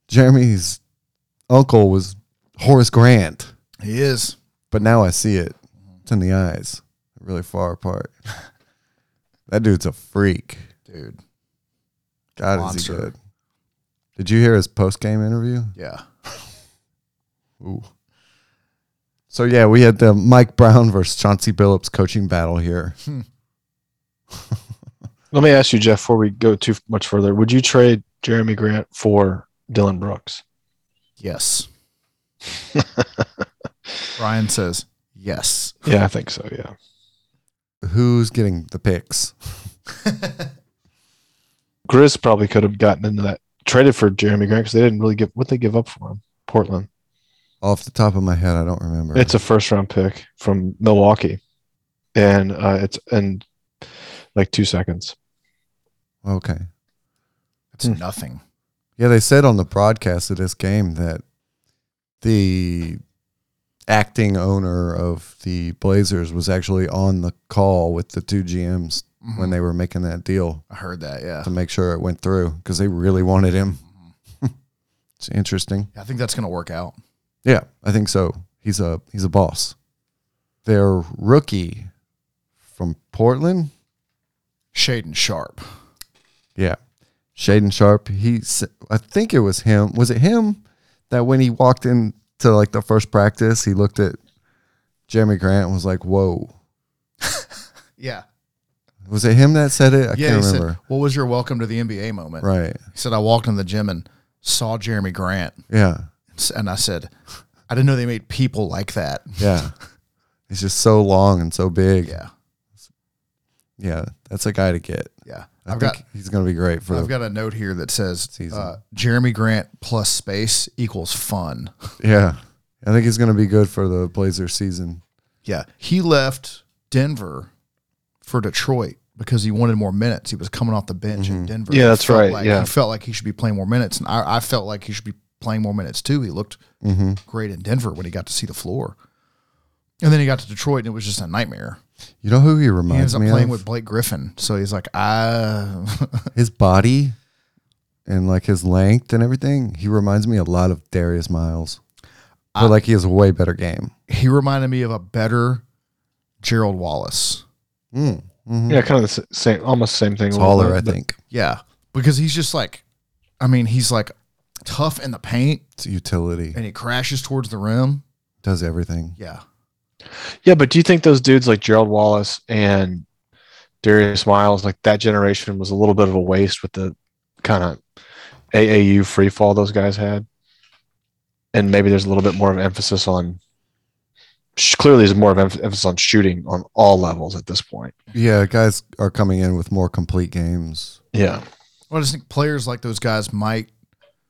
Speaker 1: Jeremy's uncle was Horace Grant,
Speaker 3: He is.
Speaker 1: but now I see it. It's in the eyes, really far apart. that dude's a freak.
Speaker 3: Dude.
Speaker 1: God, is he
Speaker 3: Monster.
Speaker 1: good? Did you hear his post game interview?
Speaker 3: Yeah.
Speaker 1: Ooh. So yeah, we had the Mike Brown versus Chauncey Billups coaching battle here.
Speaker 2: Let me ask you, Jeff, before we go too much further, would you trade Jeremy Grant for Dylan Brooks?
Speaker 3: Yes. Brian says, yes.
Speaker 2: Yeah, I think so. Yeah.
Speaker 1: Who's getting the picks?
Speaker 2: Grizz probably could have gotten into that traded for Jeremy Grant because they didn't really give what they give up for him. Portland.
Speaker 1: Off the top of my head, I don't remember.
Speaker 2: It's a first round pick from Milwaukee, and uh, it's in like two seconds.
Speaker 1: okay.
Speaker 3: It's
Speaker 1: Hmm.
Speaker 3: nothing.
Speaker 1: Yeah, they said on the broadcast of this game that the acting owner of the Blazers was actually on the call with the two GMs when they were making that deal
Speaker 3: I heard that. Yeah.
Speaker 1: to make sure it went through because they really wanted him. it's interesting.
Speaker 3: I think that's going to work out.
Speaker 1: Yeah, I think so. He's a he's a boss. Their rookie from Portland,
Speaker 3: Shaden Sharp.
Speaker 1: yeah, Shaden Sharp. He, s- I think it was him. Was it him that when he walked into like the first practice, he looked at Jeremy Grant and was like, "Whoa."
Speaker 3: Yeah.
Speaker 1: Was it him that said it? I
Speaker 3: yeah.
Speaker 1: can't
Speaker 3: he said,
Speaker 1: remember.
Speaker 3: what was your welcome to the NBA moment?
Speaker 1: right.
Speaker 3: He said, I walked in the gym and saw Jeremy Grant,
Speaker 1: Yeah.
Speaker 3: and I said, I didn't know they made people like that.
Speaker 1: Yeah. He's just so long and so big.
Speaker 3: Yeah,
Speaker 1: Yeah, That's a guy to get.
Speaker 3: yeah.
Speaker 1: I
Speaker 3: I've
Speaker 1: think
Speaker 3: got
Speaker 1: he's going to be great for
Speaker 3: I've
Speaker 1: the
Speaker 3: got a note here that says
Speaker 1: Season.
Speaker 3: uh, Jeremy Grant plus space equals fun.
Speaker 1: Yeah. I think he's going to be good for the Blazers season.
Speaker 3: Yeah, he left Denver for Detroit because he wanted more minutes. He was coming off the bench
Speaker 1: Mm-hmm.
Speaker 3: in Denver.
Speaker 2: Yeah,
Speaker 3: He
Speaker 2: that's
Speaker 3: felt
Speaker 2: right,
Speaker 3: Like,
Speaker 2: yeah.
Speaker 3: he felt like he should be playing more minutes, and I, I felt like he should be playing more minutes too. He looked
Speaker 1: hmm
Speaker 3: great in Denver when he got to see the floor, and then he got to Detroit, and it was just a nightmare.
Speaker 1: You know who he
Speaker 3: He
Speaker 1: reminds
Speaker 3: ends up
Speaker 1: me
Speaker 3: playing
Speaker 1: of?
Speaker 3: with Blake Griffin, so he's like, I
Speaker 1: his body and like his length and everything. He reminds me a lot of Darius Miles. But like he has a way better game.
Speaker 3: he reminded me of a better Gerald Wallace.
Speaker 1: Mm. hmm
Speaker 2: Yeah, kind of the s- same, almost same thing. a little
Speaker 1: Taller,
Speaker 2: bit,
Speaker 1: I
Speaker 2: but-
Speaker 1: think.
Speaker 3: Yeah, because he's just like, I mean, he's like tough in the paint
Speaker 1: It's utility.
Speaker 3: and he crashes towards the rim.
Speaker 1: Does everything.
Speaker 3: Yeah.
Speaker 2: Yeah, but do you think those dudes like Gerald Wallace and Darius Miles, like that generation, was a little bit of a waste with the kind of AAU free fall those guys had? And maybe there's a little bit more of emphasis on. sh- Clearly, there's more of emph- emphasis on shooting on all levels at this point.
Speaker 1: Yeah, guys are coming in with more complete games.
Speaker 2: Yeah,
Speaker 3: Well, I just think players like those guys might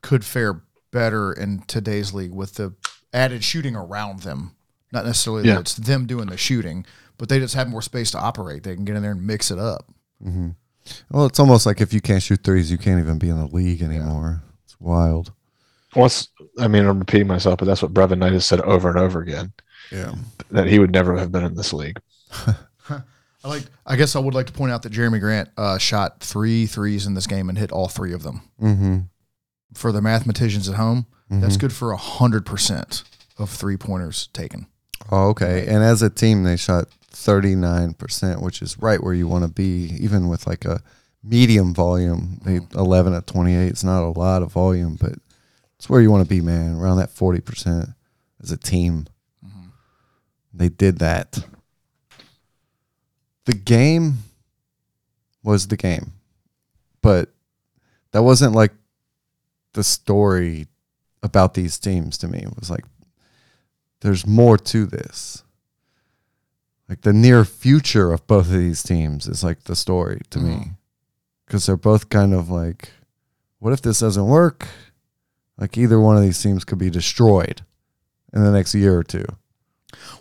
Speaker 3: could fare better in today's league with the added shooting around them. Not necessarily
Speaker 2: Yeah.
Speaker 3: that it's them doing the shooting, but they just have more space to operate. They can get in there and mix it up.
Speaker 1: hmm Well, it's almost like if you can't shoot threes, you can't even be in the league anymore. It's wild.
Speaker 2: once I mean, I'm repeating myself, but that's what Brevin Knight has said over and over again
Speaker 1: Yeah.
Speaker 2: that he would never have been in this league.
Speaker 3: I like. I guess I would like to point out that Jeremy Grant uh, shot three threes in this game and hit all three of them.
Speaker 1: Mm-hmm.
Speaker 3: For the mathematicians at home, that's good for hundred percent of three pointers taken.
Speaker 1: Oh, okay. And as a team, they shot 39%, which is right where you want to be, even with like a medium volume. They 11 at 28. It's not a lot of volume, but it's where you want to be, man, around that 40% as a team. They did that. The game was the game, but that wasn't like the story about these teams to me. It was like, there's more to this. Like the near future of both of these teams is like the story to me.
Speaker 3: Mm-hmm.
Speaker 1: Because they're both kind of like, what if this doesn't work? Like either one of these teams could be destroyed in the next year or two,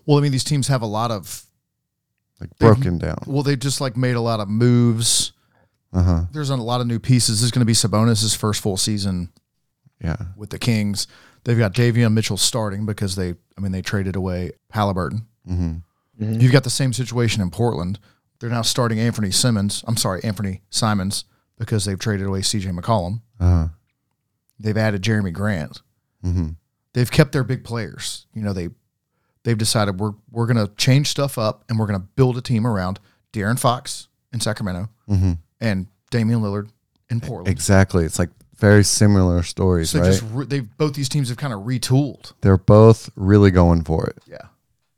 Speaker 3: Well, I mean, these teams have a lot of.
Speaker 1: like
Speaker 3: They've-
Speaker 1: broken down.
Speaker 3: Well, they just like made a lot of moves.
Speaker 1: Uh huh.
Speaker 3: There's a lot of new pieces. This is going to be Sabonis' first full season
Speaker 1: Yeah.
Speaker 3: with the Kings. They've got Davion Mitchell starting because they, I mean, they traded away Halliburton.
Speaker 1: Mm-hmm.
Speaker 3: You've got the same situation in Portland. They're now starting Anthony Simmons. I'm sorry, Anthony Simons because they've traded away CJ McCollum.
Speaker 1: Uh huh.
Speaker 3: They've added Jeremy Grant.
Speaker 1: Mm-hmm.
Speaker 3: they've kept their big players. You know, they they've decided we're we're gonna change stuff up and we're gonna build a team around Darren Fox in Sacramento
Speaker 1: Mm-hmm.
Speaker 3: and Damian Lillard in Portland.
Speaker 1: Exactly. It's like very similar stories,
Speaker 3: so
Speaker 1: right?
Speaker 3: just re- they've both these teams have kind of retooled.
Speaker 1: they're both really going for it.
Speaker 3: Yeah,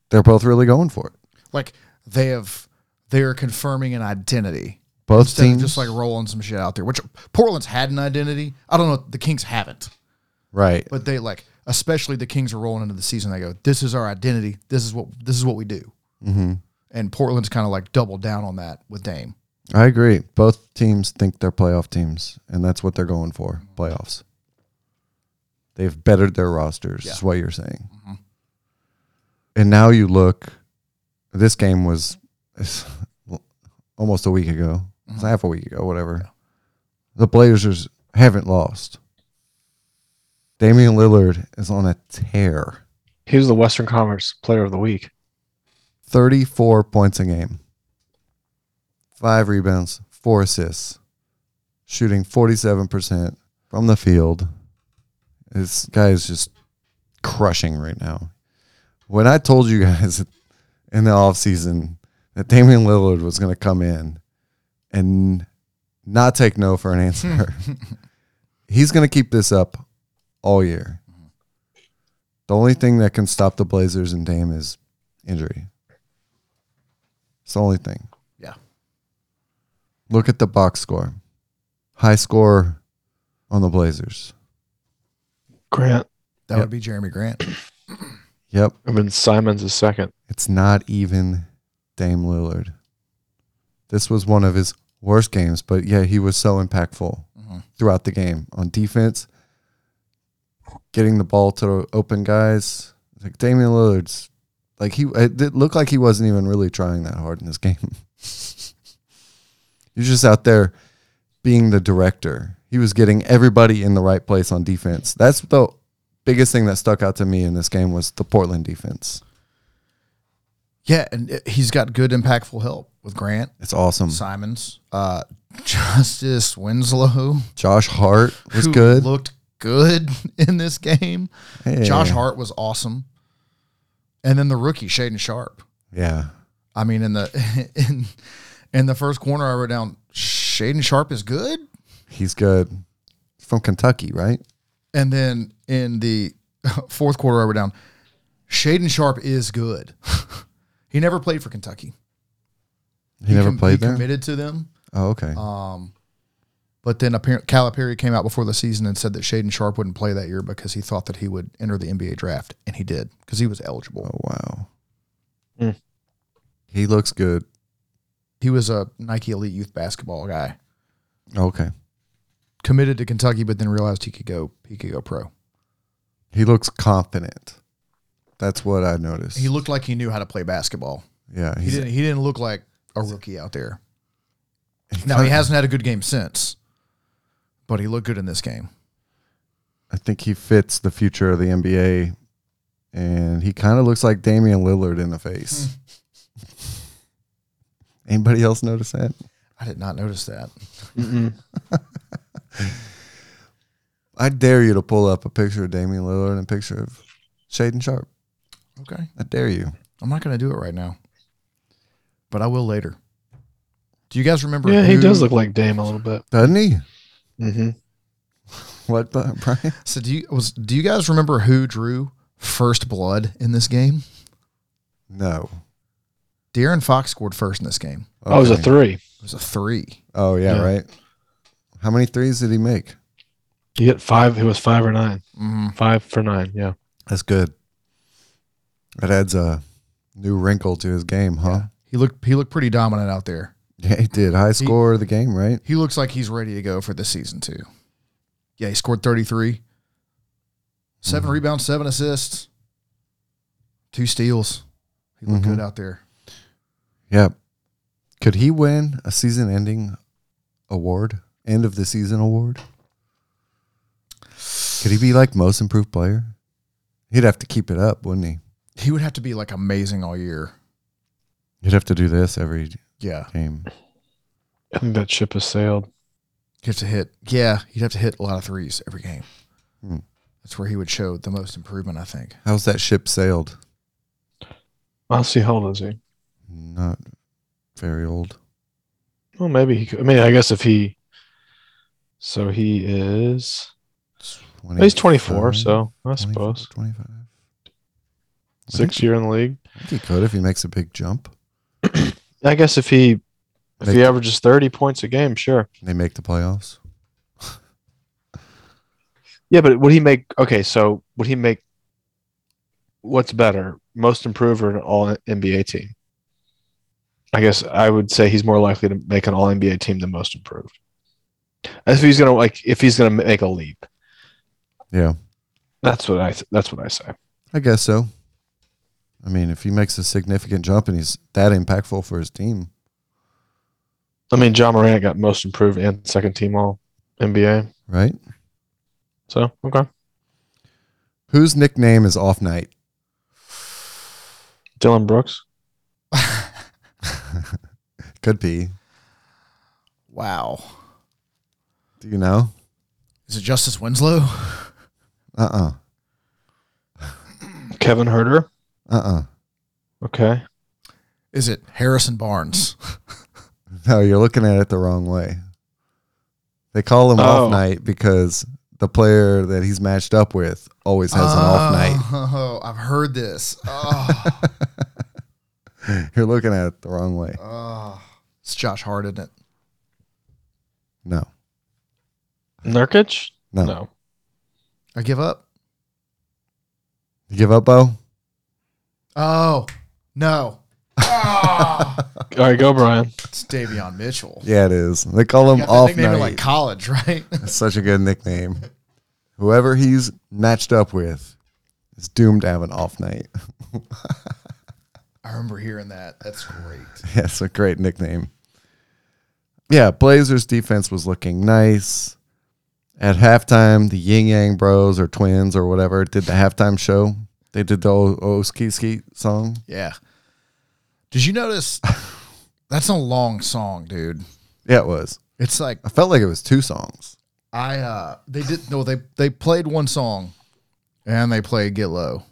Speaker 1: They're both really going for it.
Speaker 3: like they have they are confirming an identity
Speaker 1: Both
Speaker 3: instead
Speaker 1: teams
Speaker 3: of just like rolling some shit out there. Which Portland's had an identity. I don't know. The Kings haven't,
Speaker 1: right.
Speaker 3: but they like. Especially the Kings are rolling into the season. They go, "This is our identity. This is what this is what we do."
Speaker 1: Mm-hmm.
Speaker 3: And Portland's kind of like doubled down on that with Dame.
Speaker 1: I agree. Both teams think they're playoff teams, and that's what they're going for playoffs. They've bettered their rosters, is
Speaker 3: Yeah.
Speaker 1: what you're saying. And now you look, this game was it's almost a week ago, it's half a week ago, whatever. The Blazers haven't lost. Damian Lillard is on a tear.
Speaker 2: He was the Western Conference Player of the Week.
Speaker 1: 34 points a game, five rebounds, four assists, shooting 47% from the field. This guy is just crushing right now. When I told you guys in the offseason that Damian Lillard was going to come in and not take no for an answer, he's going to keep this up all year. The only thing that can stop the Blazers and Dame is injury. It's the only thing.
Speaker 3: Yeah.
Speaker 1: Look at the box score. High score on the Blazers.
Speaker 2: Grant.
Speaker 3: That
Speaker 1: Yep.
Speaker 3: would be Jeremy Grant.
Speaker 1: Yep.
Speaker 2: I mean, Simon's is second.
Speaker 1: It's not even Dame Lillard. This was one of his worst games, but yeah, he was so impactful
Speaker 3: Mhm.
Speaker 1: throughout the game on defense, getting the ball to the open guys. Like Damian Lillard's, like he it did- looked like he wasn't even really trying that hard in this game. You're just out there being the director. He was getting everybody in the right place on defense. That's the biggest thing that stuck out to me in this game was the Portland defense.
Speaker 3: Yeah, and it- he's got good, impactful help with Grant,
Speaker 1: It's awesome.
Speaker 3: Simons, uh, Justice Winslow.
Speaker 1: Josh Hart was
Speaker 3: who
Speaker 1: good.
Speaker 3: Looked good in this game.
Speaker 1: Hey.
Speaker 3: Josh Hart was awesome. And then the rookie Shaden Sharp.
Speaker 1: Yeah.
Speaker 3: I mean, in the in in the first corner, I wrote down Shaden Sharp is good.
Speaker 1: He's good. From Kentucky, right?
Speaker 3: And then in the fourth quarter, I wrote down Shaden Sharp is good. he never played for Kentucky.
Speaker 1: He, never
Speaker 3: com-
Speaker 1: played
Speaker 3: he
Speaker 1: there.
Speaker 3: Committed to them.
Speaker 1: Oh, okay.
Speaker 3: Um, but then apparently Calipari came out before the season and said that Shaden Sharp wouldn't play that year because he thought that he would enter the NBA draft, and he did because he was eligible.
Speaker 1: oh wow.
Speaker 3: Hmm.
Speaker 2: Mm.
Speaker 1: He looks good.
Speaker 3: He was a Nike Elite Youth Basketball guy,
Speaker 1: Okay.
Speaker 3: committed to Kentucky, but then realized he could go he could go pro.
Speaker 1: He looks confident. That's what I noticed.
Speaker 3: He looked like he knew how to play basketball.
Speaker 1: yeah.
Speaker 3: He
Speaker 1: he's-
Speaker 3: didn't he didn't look like a rookie out there. Now he hasn't had a good game since, but he looked good in this game.
Speaker 1: I think he fits the future of the NBA, and he kind of looks like Damian Lillard in the face.
Speaker 3: Hmm.
Speaker 1: Anybody else notice that?
Speaker 3: I did not notice that.
Speaker 1: I dare you to pull up a picture of Damian Lillard and a picture of Shaden Sharp.
Speaker 3: Okay.
Speaker 1: I dare you.
Speaker 3: I'm not going to do it right now, but I will later. Do you guys remember?
Speaker 2: Yeah, he
Speaker 3: who-
Speaker 2: does look like Dame a little bit.
Speaker 1: Doesn't he?
Speaker 2: Mm-hmm.
Speaker 1: What, Bri- Brian?
Speaker 3: So do you was do you guys remember who drew first blood in this game?
Speaker 1: No.
Speaker 3: Darren Fox scored first in this game.
Speaker 2: I Oh, was a
Speaker 1: Okay.
Speaker 2: three.
Speaker 3: It was a three.
Speaker 1: Oh yeah,
Speaker 2: Yeah.
Speaker 1: right. How many threes did he make?
Speaker 2: He hit five. He was five or nine.
Speaker 3: Mm,
Speaker 2: Five for nine. Yeah.
Speaker 1: That's good. That adds a new wrinkle to his game, huh?
Speaker 3: he looked he looked pretty dominant out there.
Speaker 1: Yeah, he did. High score of the game, right?
Speaker 3: He looks like he's ready to go for the season too. Yeah, he scored 33, 7 rebounds, seven assists, two steals. He looked
Speaker 1: Mhm.
Speaker 3: good out there.
Speaker 1: Yeah. Could he win a season-ending award? End of the season award? Could he be like most improved player? He'd have to keep it up, wouldn't he?
Speaker 3: He would have to be like amazing all year.
Speaker 1: He'd have to do this every
Speaker 3: Yeah,
Speaker 1: game.
Speaker 2: I think that ship has sailed.
Speaker 3: you have to hit. Yeah, you'd have to hit a lot of threes every game.
Speaker 1: Hmm.
Speaker 3: That's where he would show the most improvement, I think.
Speaker 1: How's that ship sailed?
Speaker 2: I'll see how old is he.
Speaker 1: Not very old.
Speaker 2: Well, maybe he could. I mean, I guess if he. So he is. He's 24,
Speaker 1: 25.
Speaker 2: so
Speaker 1: 24,
Speaker 2: I suppose
Speaker 1: 25.
Speaker 2: six year in the league.
Speaker 1: I think he could if he makes a big jump.
Speaker 2: I guess if he if
Speaker 1: Make-
Speaker 2: he averages thirty points a game, sure.
Speaker 1: They make the playoffs.
Speaker 2: Yeah, but would he make okay? So would he make what's better, most improved or an All NBA team? I guess I would say he's more likely to make an All NBA team than most improved. As if he's gonna like, if he's gonna make a leap,
Speaker 1: Yeah,
Speaker 2: that's what I th- that's what I say.
Speaker 1: I guess so. I mean, if he makes a significant jump and he's that impactful for his team,
Speaker 2: I mean, John Morant got most improved and second team All NBA.
Speaker 1: right?
Speaker 2: So okay,
Speaker 1: Whose nickname is Off Night?
Speaker 2: Dylan Brooks.
Speaker 1: Could be.
Speaker 3: Wow.
Speaker 1: Do you know?
Speaker 3: Is it Justice Winslow?
Speaker 1: Uh uh-uh.
Speaker 2: Kevin Herter.
Speaker 1: uh. Uh uh.
Speaker 2: Okay.
Speaker 3: Is it Harrison Barnes?
Speaker 1: No, you're looking at it the wrong way. They call him
Speaker 2: Oh.
Speaker 1: Off Night because the player that he's matched up with always has an off night.
Speaker 3: Oh, I've heard this. Oh,
Speaker 1: You're looking at it the wrong way.
Speaker 3: oh. It's Josh Hart, isn't it?
Speaker 1: No.
Speaker 2: Nurkic?
Speaker 1: No.
Speaker 2: No.
Speaker 3: I give up.
Speaker 1: You give up, Bo?
Speaker 3: Oh no,
Speaker 2: All right, go, Brian.
Speaker 3: it's Davion Mitchell.
Speaker 1: Yeah, it is. They call him
Speaker 3: Got that
Speaker 1: off
Speaker 3: nickname
Speaker 1: night.
Speaker 3: in like college, right?
Speaker 1: That's such a good nickname. Whoever he's matched up with is doomed to have an off night.
Speaker 3: I remember hearing that. That's great.
Speaker 1: Yeah, it's a great nickname. Yeah, Blazers defense was looking nice. At halftime, the Yin Yang Bros or Twins or whatever did the halftime show. They did the old Oski Ski song.
Speaker 3: Yeah. Did you notice? That's a long song, dude.
Speaker 1: Yeah, it was.
Speaker 3: It's like
Speaker 1: I felt like it was two songs.
Speaker 3: I uh they did no they they played one song, and they played Get Low,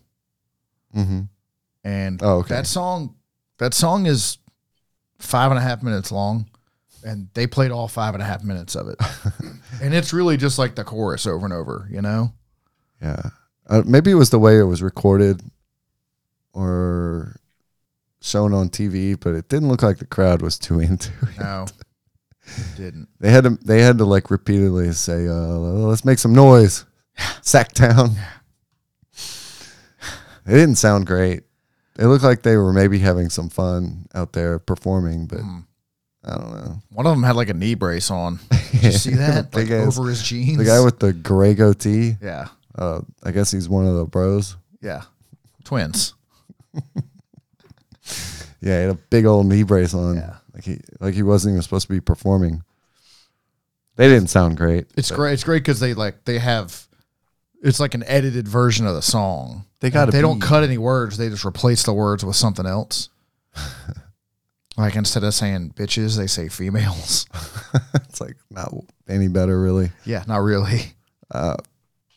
Speaker 1: Mm-hmm.
Speaker 3: and
Speaker 1: Oh, okay.
Speaker 3: that song that song is five and a half minutes long, and they played all five and a half minutes of it, and it's really just like the chorus over and over, you know.
Speaker 1: Yeah. Uh, maybe it was the way it was recorded or shown on TV, but it didn't look like the crowd was too into it.
Speaker 3: No, it didn't.
Speaker 1: They had to they had to like repeatedly say, uh, "Let's make some noise, Sacktown." It didn't sound great. It looked like they were maybe having some fun out there performing, but
Speaker 3: Mm.
Speaker 1: I don't know.
Speaker 3: One of them had like a knee brace on. Did you see that?
Speaker 1: Big
Speaker 3: like
Speaker 1: ass-
Speaker 3: over his jeans.
Speaker 1: The guy with the gray goatee,
Speaker 3: yeah,
Speaker 1: uh, I guess he's one of the bros.
Speaker 3: yeah, twins.
Speaker 1: Yeah, he had a big old knee brace on,
Speaker 3: Yeah.
Speaker 1: like he like he wasn't even supposed to be performing. They didn't sound great.
Speaker 3: It's great. It's great because they like they have. It's like an edited version of the song.
Speaker 1: They gotta
Speaker 3: They don't
Speaker 1: be.
Speaker 3: cut any words. They just replace the words with something else. like instead of saying bitches, they say females.
Speaker 1: it's like not any better, really.
Speaker 3: yeah, not really.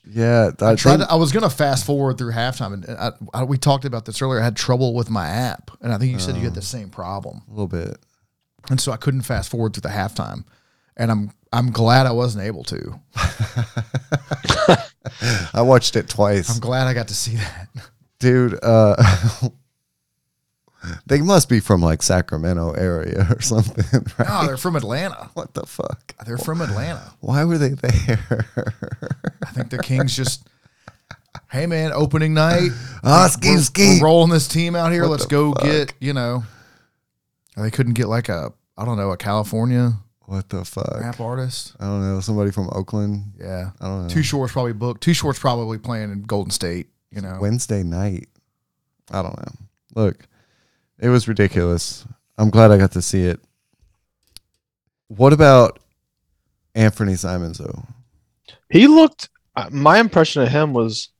Speaker 1: Yeah, I,
Speaker 3: I tried.
Speaker 1: think-
Speaker 3: To, I was gonna fast forward through halftime, and I, I, we talked about this earlier. I had trouble with my app, and I think you said you had the same problem.
Speaker 1: a little bit.
Speaker 3: and so I couldn't fast forward to the halftime, and I'm I'm glad I wasn't able to.
Speaker 1: I watched it twice.
Speaker 3: I'm glad I got to see that.
Speaker 1: dude uh they must be from like sacramento area or something right?
Speaker 3: No, they're from Atlanta.
Speaker 1: what the fuck
Speaker 3: They're from Atlanta.
Speaker 1: why were they there
Speaker 3: I think the Kings just, hey man, opening night.
Speaker 1: Ah, ski,
Speaker 3: we're,
Speaker 1: ski.
Speaker 3: we're rolling this team out here. Let's
Speaker 1: the
Speaker 3: go
Speaker 1: fuck?
Speaker 3: get you know. They couldn't get like a I don't know a California
Speaker 1: what the fuck
Speaker 3: rap artist.
Speaker 1: i don't know somebody from oakland
Speaker 3: Yeah,
Speaker 1: i don't know
Speaker 3: Two Shorts probably booked. Two Shorts probably playing in Golden State. You know,
Speaker 1: wednesday night i don't know look it was ridiculous i'm glad i got to see it what about anthony simons though
Speaker 2: He looked. uh, My impression of him was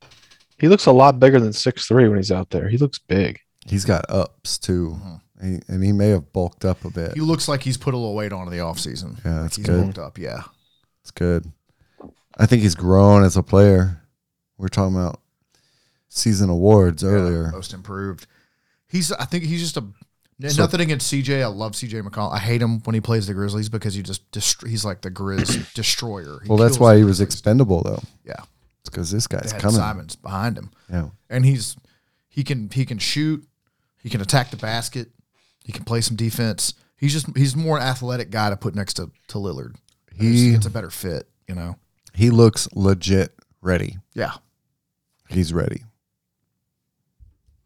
Speaker 2: he looks a lot bigger than six three when he's out there. He looks big.
Speaker 1: he's got ups too
Speaker 3: Mhm.
Speaker 1: He- and he may have bulked up a bit
Speaker 3: he looks like he's put a little weight on in the offseason.
Speaker 1: yeah
Speaker 3: like
Speaker 1: that's
Speaker 3: he's
Speaker 1: good
Speaker 3: bulked up. Yeah,
Speaker 1: It's good. I think he's grown as a player. We are talking about season awards
Speaker 3: Yeah, Oh,
Speaker 1: earlier.
Speaker 3: most improved. He's I think he's just a n-
Speaker 1: So-
Speaker 3: nothing against CJ. I love CJ McCollum. I hate him when he plays the Grizzlies because he just dest- he's like the Grizz destroyer. He
Speaker 1: well, that's
Speaker 3: kills
Speaker 1: why
Speaker 3: the
Speaker 1: he was
Speaker 3: Grizzlies.
Speaker 1: expendable though.
Speaker 3: Yeah.
Speaker 1: It's because this
Speaker 3: They
Speaker 1: guy's
Speaker 3: had
Speaker 1: coming.
Speaker 3: Simons behind him,
Speaker 1: Yeah.
Speaker 3: and he's he can he can shoot, he can attack the basket, he can play some defense. He's just he's more an athletic guy to put next to to Lillard.
Speaker 1: He-
Speaker 3: it's a better fit, you know.
Speaker 1: He looks legit ready.
Speaker 3: Yeah,
Speaker 1: He's ready.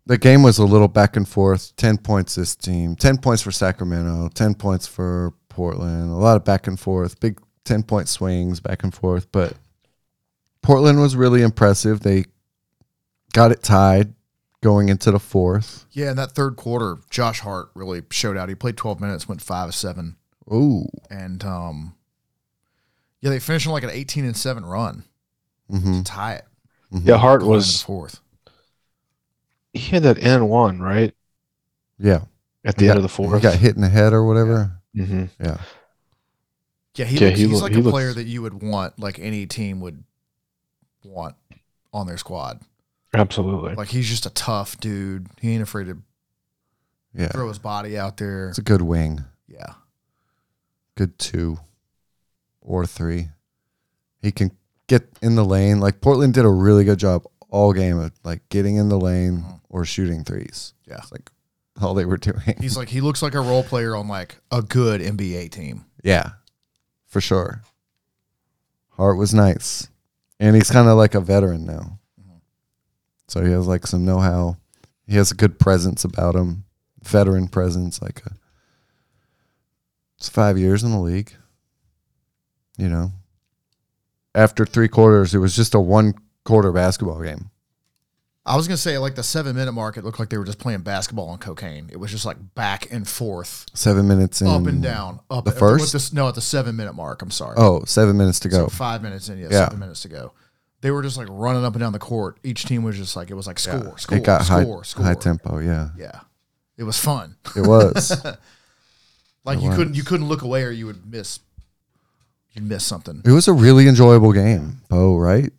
Speaker 1: The game was a little back and forth. Ten points this team. Ten points for Sacramento. Ten points for Portland. A lot of back and forth. Big ten point swings back and forth. But Portland was really impressive. They got it tied going into the fourth.
Speaker 3: yeah. In that third quarter, Josh Hart really showed out. He played twelve minutes, went five of seven.
Speaker 1: Ooh.
Speaker 3: and um, yeah, they finished on like an eighteen and seven run
Speaker 1: hmm
Speaker 3: to tie it.
Speaker 1: Mm-hmm.
Speaker 2: Yeah, Hart
Speaker 3: going into
Speaker 2: Mm-hmm.
Speaker 3: the
Speaker 2: was.
Speaker 3: fourth.
Speaker 2: He had that N one right
Speaker 1: Yeah.
Speaker 2: at the
Speaker 1: Yeah.
Speaker 2: end of the
Speaker 1: He
Speaker 2: fourth.
Speaker 1: got hit in the head or whatever.
Speaker 2: hmm
Speaker 1: Yeah.
Speaker 3: Yeah, he
Speaker 2: Yeah,
Speaker 3: looks,
Speaker 2: he
Speaker 3: he's
Speaker 2: look-
Speaker 3: like
Speaker 2: he
Speaker 3: a
Speaker 2: looks-
Speaker 3: player that you would want, like any team would want on their squad.
Speaker 2: Absolutely.
Speaker 3: Like he's just a tough dude. He ain't afraid to
Speaker 1: Yeah.
Speaker 3: throw his body out there.
Speaker 1: It's a good wing.
Speaker 3: Yeah,
Speaker 1: Good two or three. He can get in the lane. Like Portland did a really good job all game of like getting in the lane
Speaker 3: Mhm.
Speaker 1: or shooting threes.
Speaker 3: Yeah.
Speaker 1: It's like all they were doing.
Speaker 3: he's like he looks like a role player on like a good NBA team.
Speaker 1: Yeah. For sure. Hart was nice. And he's kind of like a veteran now. So he has like some know how. He has a good presence about him, veteran presence. Like a, it's five years in the league. You know, after three quarters, it was just a one quarter basketball game.
Speaker 3: I was gonna say like the seven minute mark, it looked like they were just playing basketball on cocaine. It was just like back and forth,
Speaker 1: Seven minutes in.
Speaker 3: up and down, up
Speaker 1: the
Speaker 3: at- with
Speaker 1: first?
Speaker 3: this- no, at the seven minute mark. I'm sorry.
Speaker 1: Oh, seven minutes to go.
Speaker 3: So five minutes in, yeah,
Speaker 1: Yeah.
Speaker 3: seven minutes to go. They were just like running up and down the court. Each team was just like it was like score, score,
Speaker 1: it got
Speaker 3: score,
Speaker 1: high,
Speaker 3: score.
Speaker 1: high tempo. Yeah,
Speaker 3: Yeah, it was fun.
Speaker 1: it was.
Speaker 3: Like you couldn't you couldn't look away or you would miss you'd miss something.
Speaker 1: it was a really enjoyable game. Oh, right.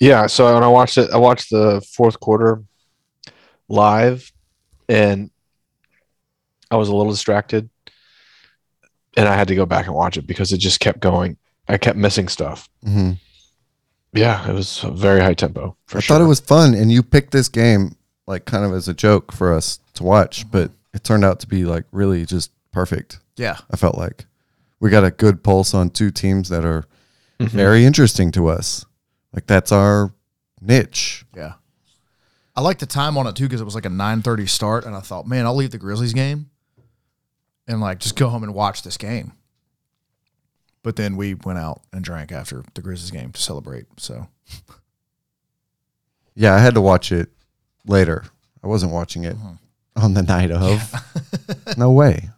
Speaker 2: Yeah. So when I watched it, I watched the fourth quarter live and I was a little distracted and I had to go back and watch it because it just kept going. I kept missing stuff.
Speaker 1: hmm
Speaker 2: Yeah. It was very high tempo for
Speaker 1: I
Speaker 2: sure.
Speaker 1: thought it was fun, and you picked this game like kind of as a joke for us to watch, but it turned out to be like really just perfect.
Speaker 3: Yeah,
Speaker 1: I felt like we got a good pulse on two teams that are
Speaker 2: Mm-hmm. Hmm.
Speaker 1: very interesting to us. Like that's our niche.
Speaker 3: yeah. I liked the time on it too because it was like a nine thirty start, and I thought, man, I'll leave the Grizzlies game and like just go home and watch this game. But then we went out and drank after the Grizzlies game to celebrate. So
Speaker 1: Yeah, I had to watch it later. I wasn't watching it
Speaker 3: Uh-huh.
Speaker 1: on the night of. no way.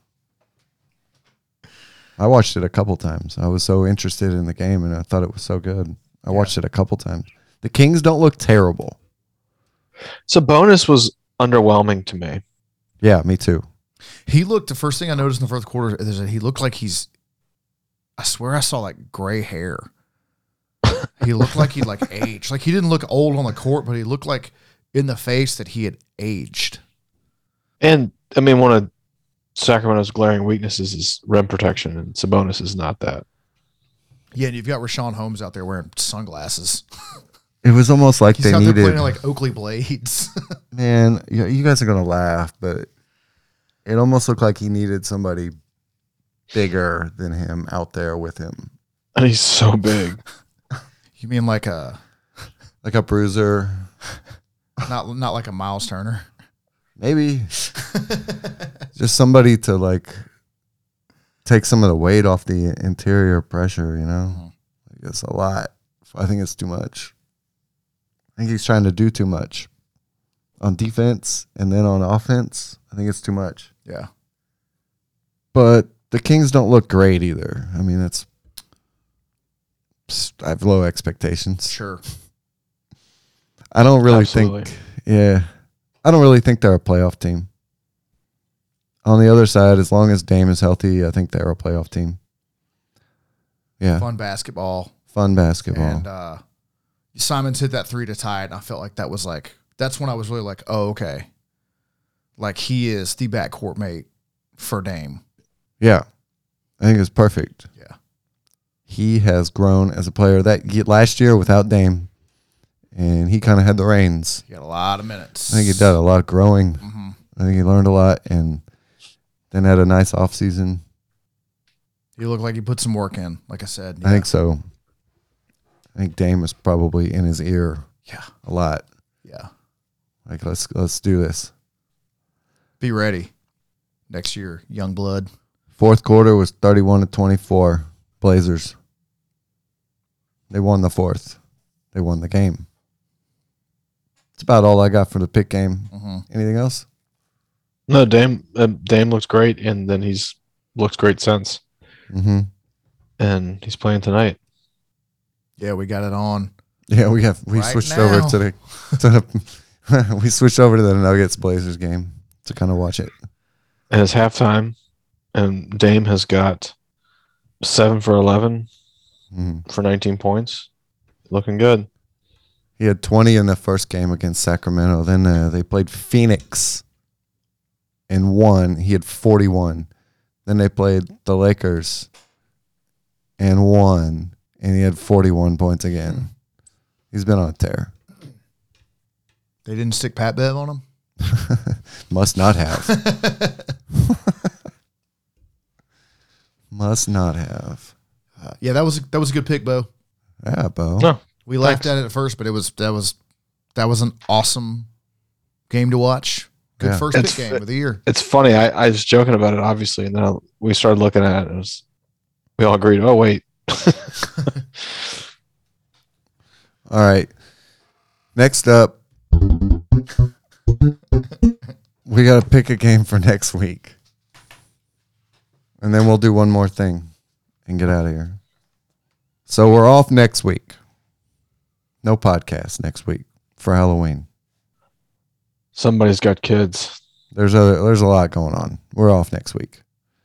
Speaker 1: I watched it a couple times. I was so interested in the game and I thought it was so good. I watched it a couple times. The Kings don't look terrible.
Speaker 2: so bonus was underwhelming to me.
Speaker 1: Yeah, me too.
Speaker 3: he looked. The first thing I noticed in the fourth quarter is that he looked like he's. I swear I saw like gray hair. he looked like he would like aged. Like he didn't look old on the court, but he looked like in the face that he had aged.
Speaker 2: And I mean, one of Sacramento's glaring weaknesses is rim protection and Sabonis is not that.
Speaker 3: Yeah, and you've got Rashawn Holmes out there wearing sunglasses.
Speaker 1: It was almost like
Speaker 3: He's
Speaker 1: they
Speaker 3: out there
Speaker 1: needed
Speaker 3: playing like Oakley Blades.
Speaker 1: man, you, you guys are gonna laugh, but it almost looked like he needed somebody bigger than him out there with him,
Speaker 2: And he's so big.
Speaker 3: you mean like a
Speaker 1: like a bruiser,
Speaker 3: not not like a Miles Turner?
Speaker 1: maybe just somebody to like take some of the weight off the interior pressure. You know, I guess a lot. I think it's too much. I think he's trying to do too much on defense and then on offense. I think it's too much.
Speaker 3: Yeah.
Speaker 1: but the Kings don't look great either. I mean, that's I have low expectations.
Speaker 3: Sure.
Speaker 1: I don't really
Speaker 2: Absolutely.
Speaker 1: think, yeah, I don't really think they're a playoff team. On the other side, as long as Dame is healthy, I think they're a playoff team. Yeah, fun,
Speaker 3: Fun basketball.
Speaker 1: basketball.
Speaker 3: And uh Simons hit that three to tie it, and I felt like that was like that's when I was really like, oh, okay. Like he is the backcourt mate for Dame.
Speaker 1: yeah, I think it's perfect.
Speaker 3: Yeah.
Speaker 1: he has grown as a player. That ye- last year without Dame, and he kind of had the reins.
Speaker 3: He got a lot of minutes.
Speaker 1: I think he did a lot of growing.
Speaker 3: Mhm.
Speaker 1: I think he learned a lot and then had a nice off season.
Speaker 3: He looked like he put some work in, like I said.
Speaker 1: I think so. I think Dame is probably in his ear
Speaker 3: Yeah.
Speaker 1: a lot.
Speaker 3: Yeah.
Speaker 1: Like let's let's do this.
Speaker 3: Be ready. Next year, young blood.
Speaker 1: Fourth quarter was thirty one to twenty four. Blazers. They won the fourth. They won the game. It's about all I got for the pick game.
Speaker 3: Mm-hmm.
Speaker 1: Anything else?
Speaker 2: No, Dame uh, Dame looks great, and then he's looks great since,
Speaker 1: Mm-hmm.
Speaker 2: and he's playing tonight.
Speaker 3: Yeah, we got it on.
Speaker 1: Yeah, we have we
Speaker 3: Right
Speaker 1: switched
Speaker 3: now.
Speaker 1: over to the, to the we switched over to the Nuggets Blazers game to kind of watch it.
Speaker 2: And it's halftime, and Dame has got seven for eleven
Speaker 1: Mhm.
Speaker 2: for nineteen points, looking good.
Speaker 1: He had 20 in the first game against Sacramento. Then uh, they played Phoenix and won. He had 41. Then they played the Lakers and won. And he had 41 points again. He's been on a tear.
Speaker 3: They didn't stick Pat Bev on him.
Speaker 1: Must not have. Must not have.
Speaker 3: Uh, yeah, that was that was a good pick, Bo.
Speaker 1: Yeah, Bo.
Speaker 2: No,
Speaker 3: We laughed at it at first, but it was that was That was an awesome game to watch. Good
Speaker 1: Yeah.
Speaker 3: first pick
Speaker 2: It's-
Speaker 3: game of the year.
Speaker 2: It's funny. I, I was joking about it, obviously, and then I, we started looking at it. And it was, we all agreed. Oh wait,
Speaker 1: All right. Next up, we got to pick a game for next week. And then we'll do one more thing and get out of here. So we're off next week. No podcast next week for Halloween.
Speaker 2: somebody's got kids.
Speaker 1: There's a there's a lot going on. We're off next week.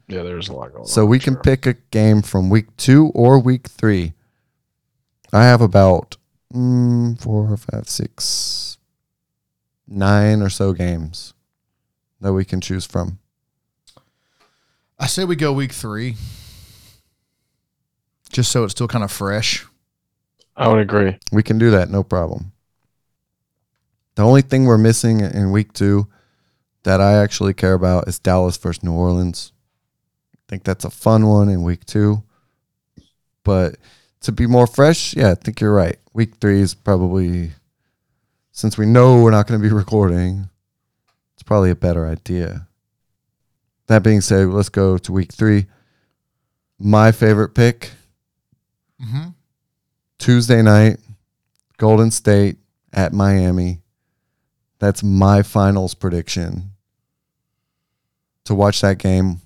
Speaker 2: Yeah, there's a lot going on.
Speaker 1: So we
Speaker 2: for
Speaker 1: can
Speaker 2: sure.
Speaker 1: pick a game from week two or week three. I have about mm, four, five, six, nine or so games that we can choose from.
Speaker 3: I say we go week three, just so it's still kind of fresh.
Speaker 2: I would agree.
Speaker 1: We can do that, no problem. The only thing we're missing in week two that I actually care about is Dallas versus New Orleans. I think that's a fun one in week two. But to be more fresh, yeah, I think you're right. Week three is probably, since we know we're not going to be recording, it's probably a better idea. That being said, let's go to week three. My favorite pick.
Speaker 3: Mm-hmm.
Speaker 1: Tuesday night, Golden State at Miami. That's my finals prediction. To watch that game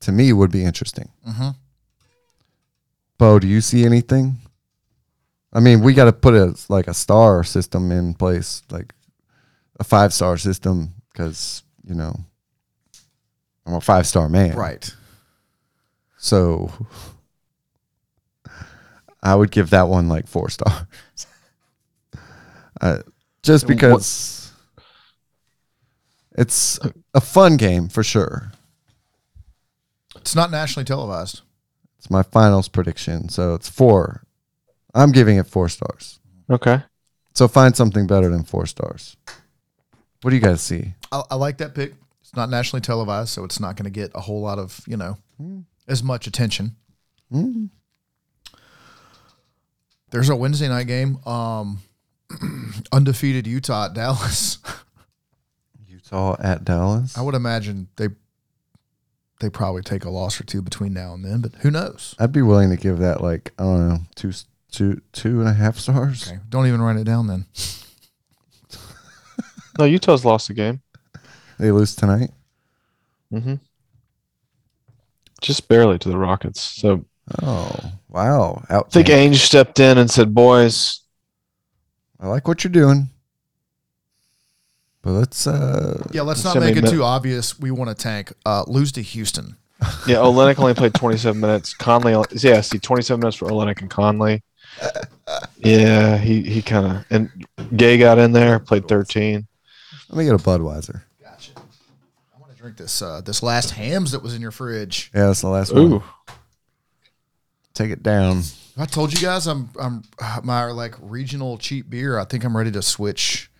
Speaker 1: to me would be interesting.
Speaker 3: Mm-hmm.
Speaker 1: Bo, do you see anything? I mean, we got to put a like a star system in place, like a five star system, because you know I'm a five star man,
Speaker 3: Right.
Speaker 1: So I would give that one like four stars. Uh, just
Speaker 2: What-
Speaker 1: because it's a fun game for sure.
Speaker 3: It's not nationally televised.
Speaker 1: It's my finals prediction. So it's four. I'm giving it four stars.
Speaker 2: Okay.
Speaker 1: So find something better than four stars. What do you guys see?
Speaker 3: I, I like that pick. It's not nationally televised, so it's not going to get a whole lot of you know as much attention.
Speaker 1: Hmm?
Speaker 3: There's a Wednesday night game. Um, undefeated Utah at Dallas.
Speaker 1: Utah at Dallas.
Speaker 3: I would imagine they they probably take a loss or two between now and then, but who knows?
Speaker 1: I'd be willing to give that like I don't know two s- two two and a half stars.
Speaker 3: Okay, don't even write it down then.
Speaker 2: No, Utah's lost the game.
Speaker 1: They lose tonight.
Speaker 2: Mm-hmm. Just barely to the Rockets. So
Speaker 1: Oh wow! Out
Speaker 2: I think Ainge stepped in and said, "Boys,
Speaker 1: I like what you're doing. But let's uh
Speaker 3: Yeah, let's not
Speaker 2: Send me
Speaker 3: make it
Speaker 2: mi-
Speaker 3: too obvious. We want to tank. Uh, lose to Houston.
Speaker 2: Yeah, Olenek only played 27 minutes. Conley, only- yeah, see, 27 minutes for Olenek and Conley. Yeah, he, he kind of and Gay got in there, played 13.
Speaker 1: let me get a Budweiser.
Speaker 3: Gotcha. I want to drink this uh, this last hams that was in your fridge.
Speaker 1: Yeah, that's the last one.
Speaker 2: Ooh,
Speaker 1: Take it down.
Speaker 3: I told you guys I'm I'm uh, my like regional cheap beer. I think I'm ready to switch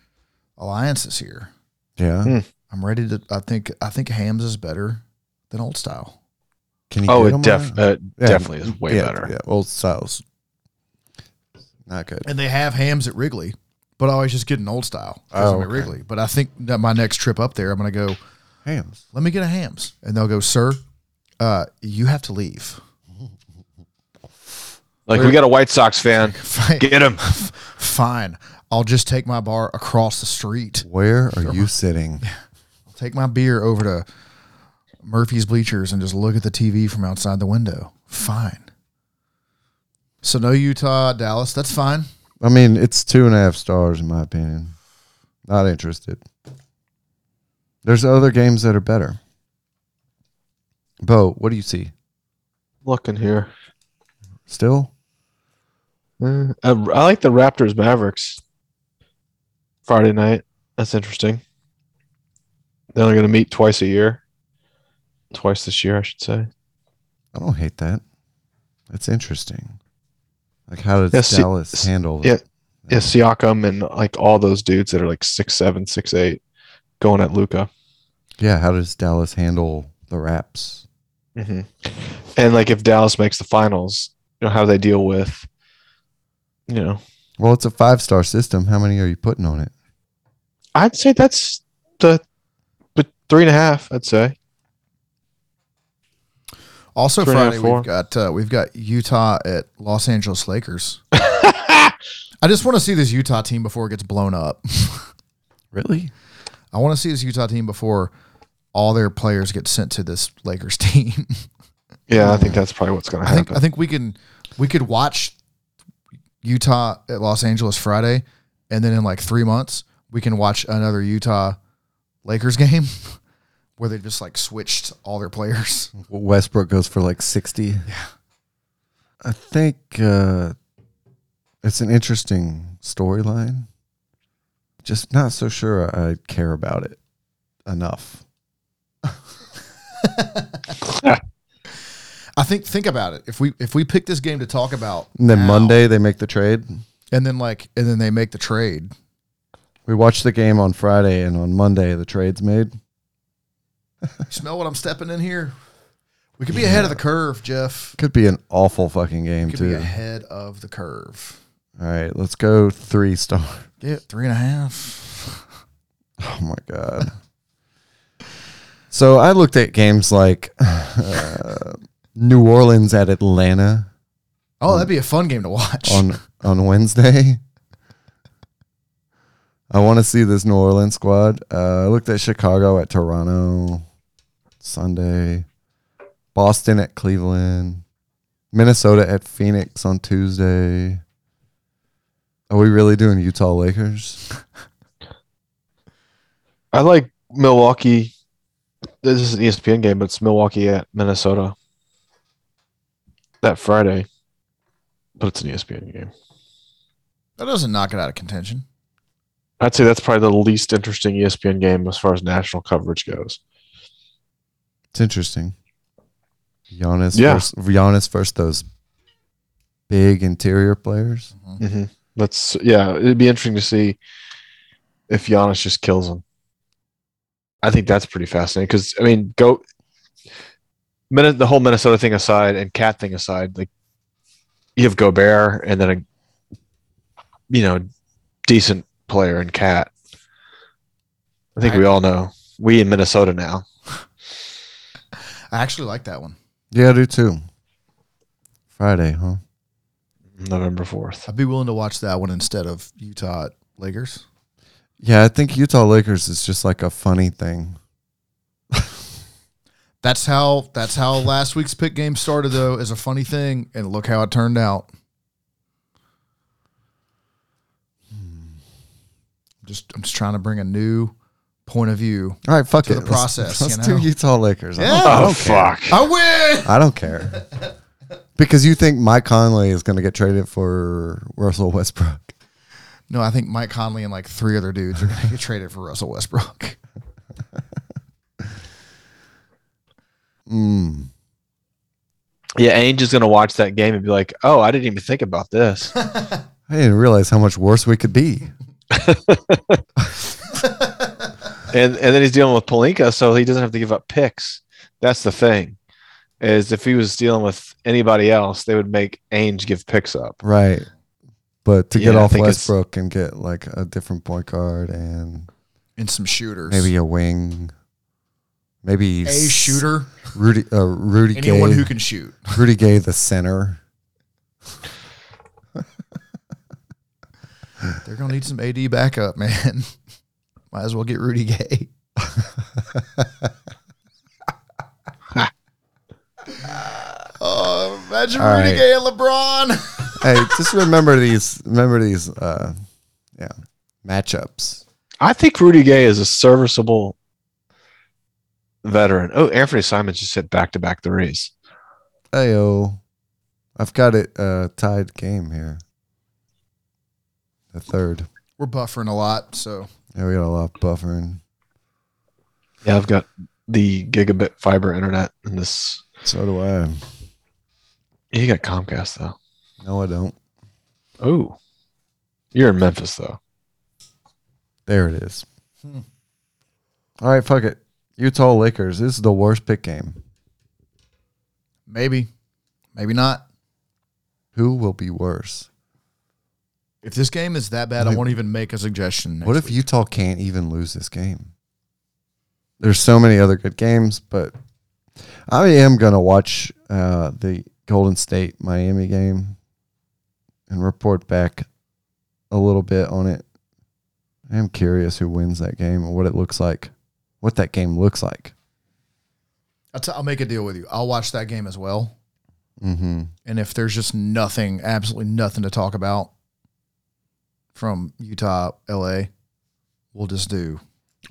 Speaker 3: alliances here.
Speaker 1: Yeah.
Speaker 2: Hmm.
Speaker 3: I'm ready to. I think I think hams is better than old style.
Speaker 1: Can you
Speaker 2: oh,
Speaker 1: get
Speaker 2: it
Speaker 1: 'em
Speaker 2: def-
Speaker 1: on?
Speaker 2: uh,
Speaker 1: Yeah,
Speaker 2: definitely is way
Speaker 1: yeah,
Speaker 2: better.
Speaker 1: Yeah, old styles. Not good.
Speaker 3: And they have hams at Wrigley, but I always just get an old style. 'cause
Speaker 1: Oh,
Speaker 3: I'm at
Speaker 1: okay.
Speaker 3: Wrigley. But I think that my next trip up there, I'm gonna go.
Speaker 1: Hams.
Speaker 3: Let me get a hams, and they'll go, sir. Uh, you have to leave.
Speaker 2: Like we got a White Sox fan,
Speaker 3: Fine,
Speaker 2: get him.
Speaker 3: fine. I'll just take my bar across the street.
Speaker 1: Where are you sitting?
Speaker 3: take my beer over to Murphy's Bleachers and just look at the TV from outside the window. Fine. So no Utah, Dallas. That's fine.
Speaker 1: I mean, it's two and a half stars in my opinion. Not interested. There's other games that are better. Bo, what do you see?
Speaker 2: Looking here,
Speaker 1: Still?
Speaker 2: Uh, I, I like the Raptors Mavericks Friday night. That's interesting. They're only going to meet twice a year, twice this year, I should say.
Speaker 1: I don't hate that. That's interesting. Like, how does
Speaker 2: Yeah, see-
Speaker 1: Dallas handle
Speaker 2: yeah.
Speaker 1: it?
Speaker 2: Yeah, Siakam and like all those dudes that are like six seven, six eight, going at Luca.
Speaker 1: Yeah, how does Dallas handle the raps?
Speaker 2: Mm-hmm. And like if Dallas makes the finals, you know how they deal with, you know,
Speaker 1: Well, it's a five star system. How many are you putting on it?
Speaker 2: I'd say that's the, but three and a half. I'd say.
Speaker 3: Also
Speaker 2: Three and a half,
Speaker 3: Friday
Speaker 2: four.
Speaker 3: we've got uh, we've got Utah at Los Angeles Lakers. I just want to see this Utah team before it gets blown up.
Speaker 1: Really?
Speaker 3: I want to see this Utah team before all their players get sent to this Lakers team.
Speaker 2: Yeah, I think that's probably what's going to
Speaker 3: I think
Speaker 2: happen.
Speaker 3: I think we can we could watch Utah at Los Angeles Friday, and then in like three months we can watch another Utah Lakers game where they just like switched all their players.
Speaker 1: Westbrook goes for like 60. Yeah. I think uh, it's an interesting storyline. Just not so sure I care about it enough.
Speaker 3: I think think about it. If we if we pick this game to talk about,
Speaker 1: And then
Speaker 3: now,
Speaker 1: Monday, they make the trade.
Speaker 3: and then like and then they make the trade.
Speaker 1: We watch the game on Friday, and on Monday, the trade's made.
Speaker 3: You smell what I'm stepping in here? We could be ahead of the curve, Jeff.
Speaker 1: Could be an awful fucking game,
Speaker 3: Could be
Speaker 1: too.
Speaker 3: ahead of the curve.
Speaker 1: All right, let's go three star.
Speaker 3: Yeah, three and a half.
Speaker 1: Oh my god. so I looked at games like uh, New Orleans at Atlanta
Speaker 3: Oh, that'd be a fun game to watch.
Speaker 1: on on Wednesday. I want to see this New Orleans squad. Uh, I looked at Chicago at Toronto Sunday, Boston at Cleveland, Minnesota at Phoenix on Tuesday. Are we really doing Utah Lakers?
Speaker 2: I like Milwaukee. This is an E ESPN game, but it's Milwaukee at Minnesota that Friday. But it's an E ESPN game.
Speaker 3: that doesn't knock it out of contention.
Speaker 2: I'd say that's probably the least interesting E ESPN game as far as national coverage goes.
Speaker 1: It's interesting. Giannis,
Speaker 2: Yeah.
Speaker 1: versus, Giannis versus those big interior players.
Speaker 2: Mm-hmm. That's yeah. It'd be interesting to see if Giannis just kills him. I think that's pretty fascinating because I mean, go Minne- the whole Minnesota thing aside and cat thing aside, like you have Gobert and then a you know decent player in cat. I think we all know we in Minnesota now.
Speaker 3: I actually like that one.
Speaker 1: Yeah, I do too. Friday, huh?
Speaker 2: November fourth.
Speaker 3: I'd be willing to watch that one instead of Utah at Lakers.
Speaker 1: Yeah, I think Utah Lakers is just like a funny thing.
Speaker 3: That's how that's how last week's pick game started though, as a funny thing, and look how it turned out. Hmm. Just I'm just trying to bring a new point of view.
Speaker 1: All right, fuck
Speaker 3: To
Speaker 1: it.
Speaker 3: the
Speaker 1: Let's-
Speaker 3: process,
Speaker 1: Let's,
Speaker 3: you know?
Speaker 1: do Utah Lakers. I,
Speaker 3: Yeah.
Speaker 1: don't, I don't care.
Speaker 3: I win.
Speaker 1: I don't care. because you think Mike Conley is going to get traded for Russell Westbrook.
Speaker 3: No, I think Mike Conley and like three other dudes are going to get traded for Russell Westbrook.
Speaker 1: Mm.
Speaker 2: Yeah, Ainge is gonna watch that game and be like, "Oh, I didn't even think about this."
Speaker 1: I didn't realize how much worse we could be.
Speaker 2: and and then he's dealing with Palinka, so he doesn't have to give up picks. That's the thing, is if he was dealing with anybody else, they would make Ainge give picks up.
Speaker 1: Right. But to get
Speaker 2: Yeah, I
Speaker 1: off
Speaker 2: think it's-
Speaker 1: Westbrook and get like a different point guard and
Speaker 3: And some shooters.
Speaker 1: maybe a wing, maybe
Speaker 3: a
Speaker 1: s-
Speaker 3: shooter.
Speaker 1: Rudy, uh, Rudy
Speaker 3: Anyone
Speaker 1: Gay,
Speaker 3: who can shoot.
Speaker 1: Rudy Gay, the center.
Speaker 3: They're going to need some AD backup, man. Might as well get Rudy Gay. oh, imagine
Speaker 1: All
Speaker 3: Rudy
Speaker 1: right.
Speaker 3: Gay and LeBron.
Speaker 1: hey, just remember these. Remember these. Uh, yeah, matchups.
Speaker 2: I think Rudy Gay is a serviceable veteran. Oh, Anthony Simons just hit back to back threes.
Speaker 1: Ayo, I've got it uh, tied game here. The third.
Speaker 3: We're buffering a lot, so
Speaker 1: Yeah, we got a lot of buffering.
Speaker 2: Yeah, I've got the gigabit fiber internet in this.
Speaker 1: So do I.
Speaker 2: You got Comcast though.
Speaker 1: No, I don't.
Speaker 2: Oh, you're in Memphis though.
Speaker 1: There it is. All right, fuck it. Utah Lakers. This is the worst pick game.
Speaker 3: maybe, maybe not.
Speaker 1: Who will be worse?
Speaker 3: If this game is that bad, I won't even make a suggestion. next
Speaker 1: What if
Speaker 3: week.
Speaker 1: Utah can't even lose this game? There's so many other good games, but I am gonna watch uh, the Golden State Miami game and report back a little bit on it. I am curious who wins that game and what it looks like, what that game looks like.
Speaker 3: I'll, t- I'll make a deal with you. I'll watch that game as well.
Speaker 1: Mm-hmm.
Speaker 3: And if there's just nothing, absolutely nothing to talk about from Utah, LA, we'll just do.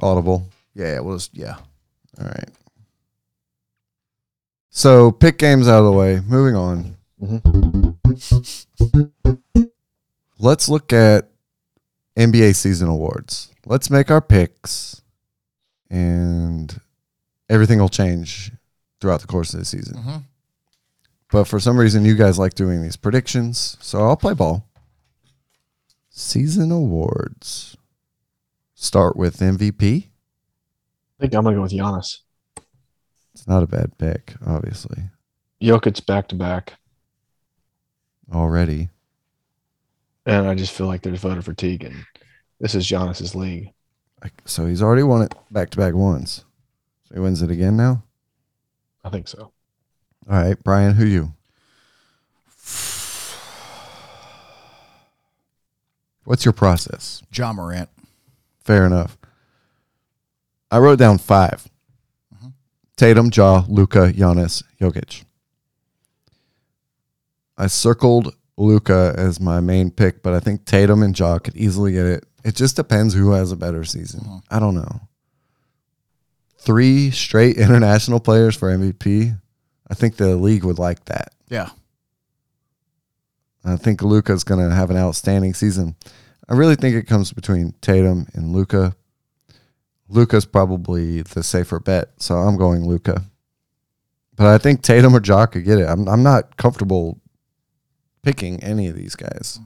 Speaker 1: Audible.
Speaker 3: Yeah, we'll just yeah.
Speaker 1: All right. So pick games out of the way. Moving on. Let's look at NBA season awards. Let's make our picks, and everything will change throughout the course of the season.
Speaker 3: Mhm.
Speaker 1: But for some reason, you guys like doing these predictions, so I'll play ball. Season awards. Start with MVP.
Speaker 2: I think I'm gonna go with Giannis.
Speaker 1: It's not a bad pick, obviously.
Speaker 2: Jokic back to back,
Speaker 1: already.
Speaker 2: and I just feel like there's voter fatigue, and this is Giannis's league.
Speaker 1: Like, so he's already won it back to back once. So he wins it again now.
Speaker 2: I think so.
Speaker 1: All right, Brian, who you? What's your process?
Speaker 3: John Morant.
Speaker 1: Fair enough. I wrote down 5 Tatum, Jaw, Luca, Giannis, Jokic. I circled Luca as my main pick, but I think Tatum and Jaw could easily get it. It just depends who has a better season. I don't know. Three straight international players for MVP. I think the league would like that.
Speaker 3: Yeah.
Speaker 1: I think Luca's going to have an outstanding season. I really think it comes between Tatum and Luca. Luca's probably the safer bet, so I'm going Luca. But I think Tatum or Jock could get it. I'm I'm not comfortable picking any of these guys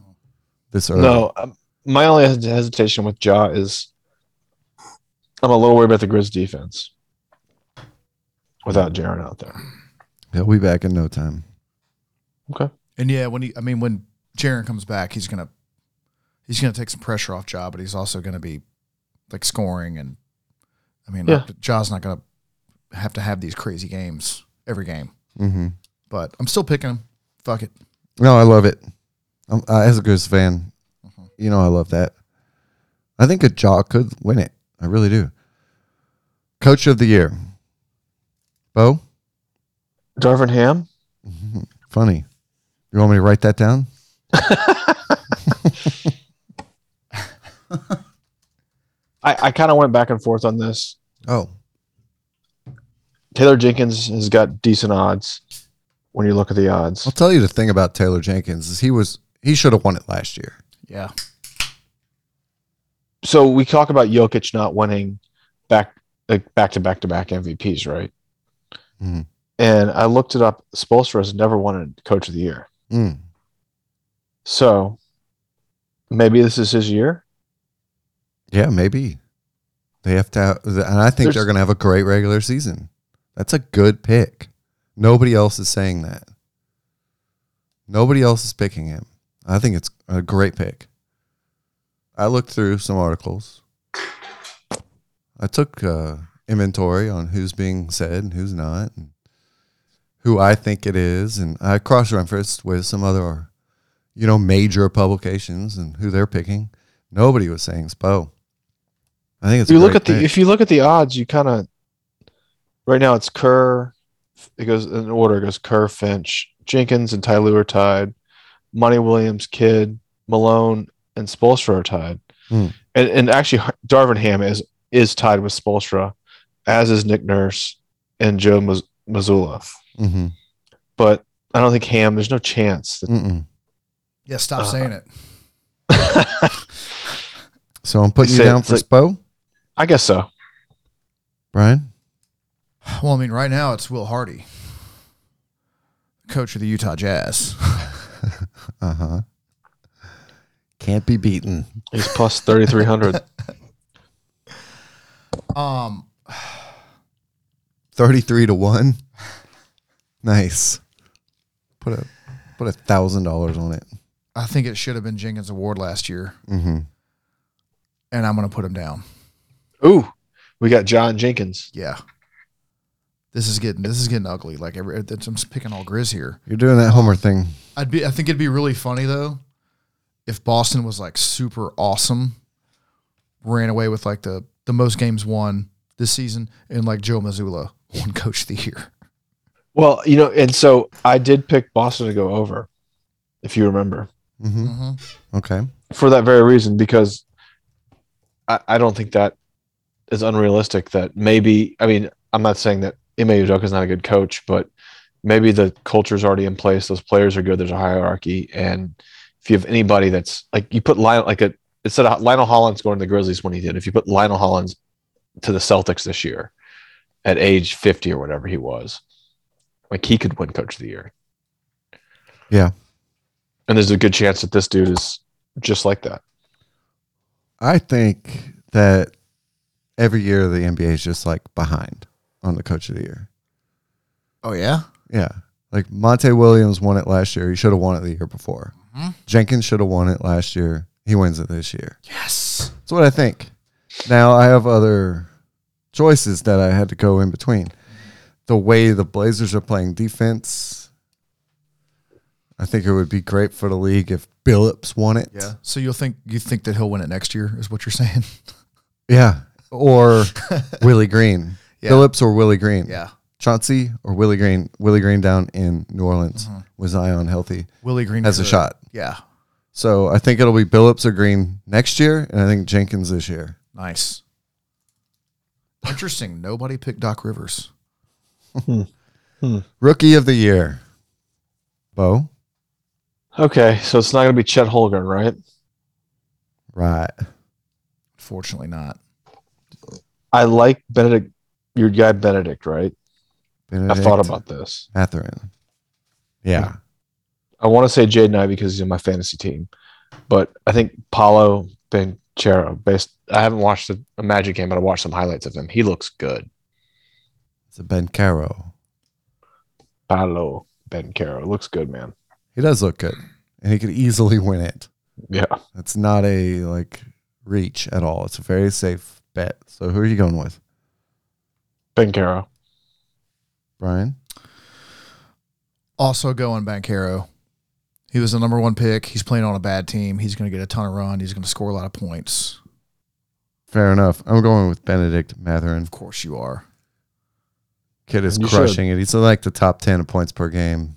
Speaker 1: this early.
Speaker 2: No, um, my only hes- hesitation with Ja is I'm a little worried about the Grizz defense without Jaron out there.
Speaker 1: he'll be back in no time.
Speaker 2: Okay.
Speaker 3: And yeah, when he I mean when Jaron comes back, he's gonna he's gonna take some pressure off Ja, but he's also gonna be like scoring and I mean
Speaker 2: Yeah.
Speaker 3: Ja's not gonna have to have these crazy games every game.
Speaker 1: hmm
Speaker 3: But I'm still picking him. Fuck it.
Speaker 1: No, I love it. I'm, uh, as a Grizz fan, you know I love that. I think a jaw could win it. I really do. Coach of the year, Bo.
Speaker 2: Darvin Ham?
Speaker 1: Funny. You want me to write that down?
Speaker 2: I, I kind of went back and forth on this.
Speaker 1: Oh,
Speaker 2: Taylor Jenkins has got decent odds when you look at the odds.
Speaker 1: I'll tell you the thing about Taylor Jenkins is he was he should have won it last year.
Speaker 3: Yeah.
Speaker 2: So we talk about Jokic not winning back like back to back to back MVPs, right?
Speaker 1: Mhm.
Speaker 2: And I looked it up. Spolstra has never won a coach of the year.
Speaker 1: Mm.
Speaker 2: So maybe this is his year.
Speaker 1: Yeah, maybe they have to. Have, and I think
Speaker 2: There's-
Speaker 1: they're going to have a great regular season. That's a good pick. Nobody else is saying that. Nobody else is picking him. I think it's a great pick. I looked through some articles. I took uh, inventory on who's being said and who's not, and who I think it is, and I cross-referenced with some other, you know, major publications and who they're picking. Nobody was saying Spo. I think it's.
Speaker 2: If
Speaker 1: a
Speaker 2: you look
Speaker 1: great
Speaker 2: at the
Speaker 1: pick.
Speaker 2: if you look at the odds, you kind of right now it's Kerr. It goes in order. It goes Kerr, Finch, Jenkins, and Ty Lue are tied. Monty Williams, Kidd, Malone, and Spolstra are tied.
Speaker 1: Hmm.
Speaker 2: And and actually, Har- Darvin Ham is is tied with Spolstra, as is Nick Nurse and Joe Maz- Mazzulla.
Speaker 1: Mhm.
Speaker 2: But I don't think Ham. There's no chance. That,
Speaker 1: Mm-mm.
Speaker 3: Yeah, stop
Speaker 2: Uh,
Speaker 3: saying it.
Speaker 1: So I'm putting
Speaker 2: He
Speaker 1: you
Speaker 2: said
Speaker 1: down
Speaker 2: it's
Speaker 1: for
Speaker 2: like-
Speaker 1: Spo,
Speaker 2: I guess so.
Speaker 1: Brian.
Speaker 3: Well, I mean, right now it's Will Hardy, coach of the Utah Jazz.
Speaker 1: Uh huh. Can't be beaten.
Speaker 2: He's plus thirty three hundred.
Speaker 3: Um,
Speaker 1: Thirty-three to one. Nice. Put a put a thousand dollars on it.
Speaker 3: I think it should have been Jenkins Award last year,
Speaker 1: Mm-hmm.
Speaker 3: and I'm going to put him down.
Speaker 2: Ooh, we got John Jenkins.
Speaker 3: Yeah. This is getting this is getting ugly. Like every, I'm just picking all Grizz here.
Speaker 1: You're doing that Homer thing.
Speaker 3: I'd be I think it'd be really funny though if Boston was like super awesome, ran away with like the the most games won this season, and like Joe Missoula won Coach of the Year.
Speaker 2: Well, you know, and so I did pick Boston to go over, if you remember,
Speaker 1: Mm-hmm. Okay.
Speaker 2: for that very reason, because I, I don't think that is unrealistic. That maybe, I mean, I'm not saying that Ime Udoka is not a good coach, but maybe the culture's already in place. Those players are good. There's a hierarchy, and if you have anybody that's like you put Lionel, like a instead of Lionel Hollins going to the Grizzlies when he did, if you put Lionel Hollins to the Celtics this year at age 50 or whatever he was, like he could win Coach of the Year.
Speaker 1: Yeah.
Speaker 2: and there's a good chance that this dude is just like that.
Speaker 1: I think that every year the NBA is just like behind on the coach of the year.
Speaker 3: Oh yeah,
Speaker 1: Yeah. Like Monte Williams won it last year. He should have won it the year before.
Speaker 3: Mhm.
Speaker 1: Jenkins should have won it last year. He wins it this year.
Speaker 3: yes.
Speaker 1: That's what I think. Now I have other choices that I had to go in between. The way the Blazers are playing defense, I think it would be great for the league if Billups won it.
Speaker 3: Yeah. So you'll think you think that he'll win it next year is what you're saying?
Speaker 1: Yeah. Or Willie Green.
Speaker 3: Yeah.
Speaker 1: Phillips or Willie Green.
Speaker 3: Yeah.
Speaker 1: Chauncey or Willie Green. Willie Green down in New Orleans
Speaker 3: Mhm.
Speaker 1: was Zion healthy
Speaker 3: Willie Green
Speaker 1: has a
Speaker 3: is
Speaker 1: shot.
Speaker 3: Yeah.
Speaker 1: So I think it'll be Billups or Green next year, and I think Jenkins this year.
Speaker 3: Nice. Interesting. Nobody picked Doc Rivers.
Speaker 1: Rookie of the year. Bo?
Speaker 2: Okay, so it's not going to be Chet Holgren, right?
Speaker 1: Right.
Speaker 3: Fortunately, not.
Speaker 2: I like Benedict, your guy Benedict, right?
Speaker 1: Benedict
Speaker 2: I thought about this.
Speaker 1: Mathurin. Yeah.
Speaker 2: I want to say Jaden I because he's in my fantasy team, but I think Paulo Benchero. Based, I haven't watched a, a Magic game, but I watched some highlights of him. He looks good.
Speaker 1: It's a Ben Caro.
Speaker 2: Paulo Benchero looks good, man.
Speaker 1: He does look good, and he could easily win it.
Speaker 2: Yeah,
Speaker 1: It's not a like reach at all. It's a very safe bet. So who are you going with,
Speaker 2: Benchero.
Speaker 1: Brian?
Speaker 3: Also going Bankero. He was the number one pick. He's playing on a bad team. He's going to get a ton of run. He's going to score a lot of points.
Speaker 1: Fair enough. I'm going with Benedict Matherin.
Speaker 3: Of course, you are.
Speaker 1: Kid is
Speaker 2: You should.
Speaker 1: crushing it. He's in, like the top ten points per game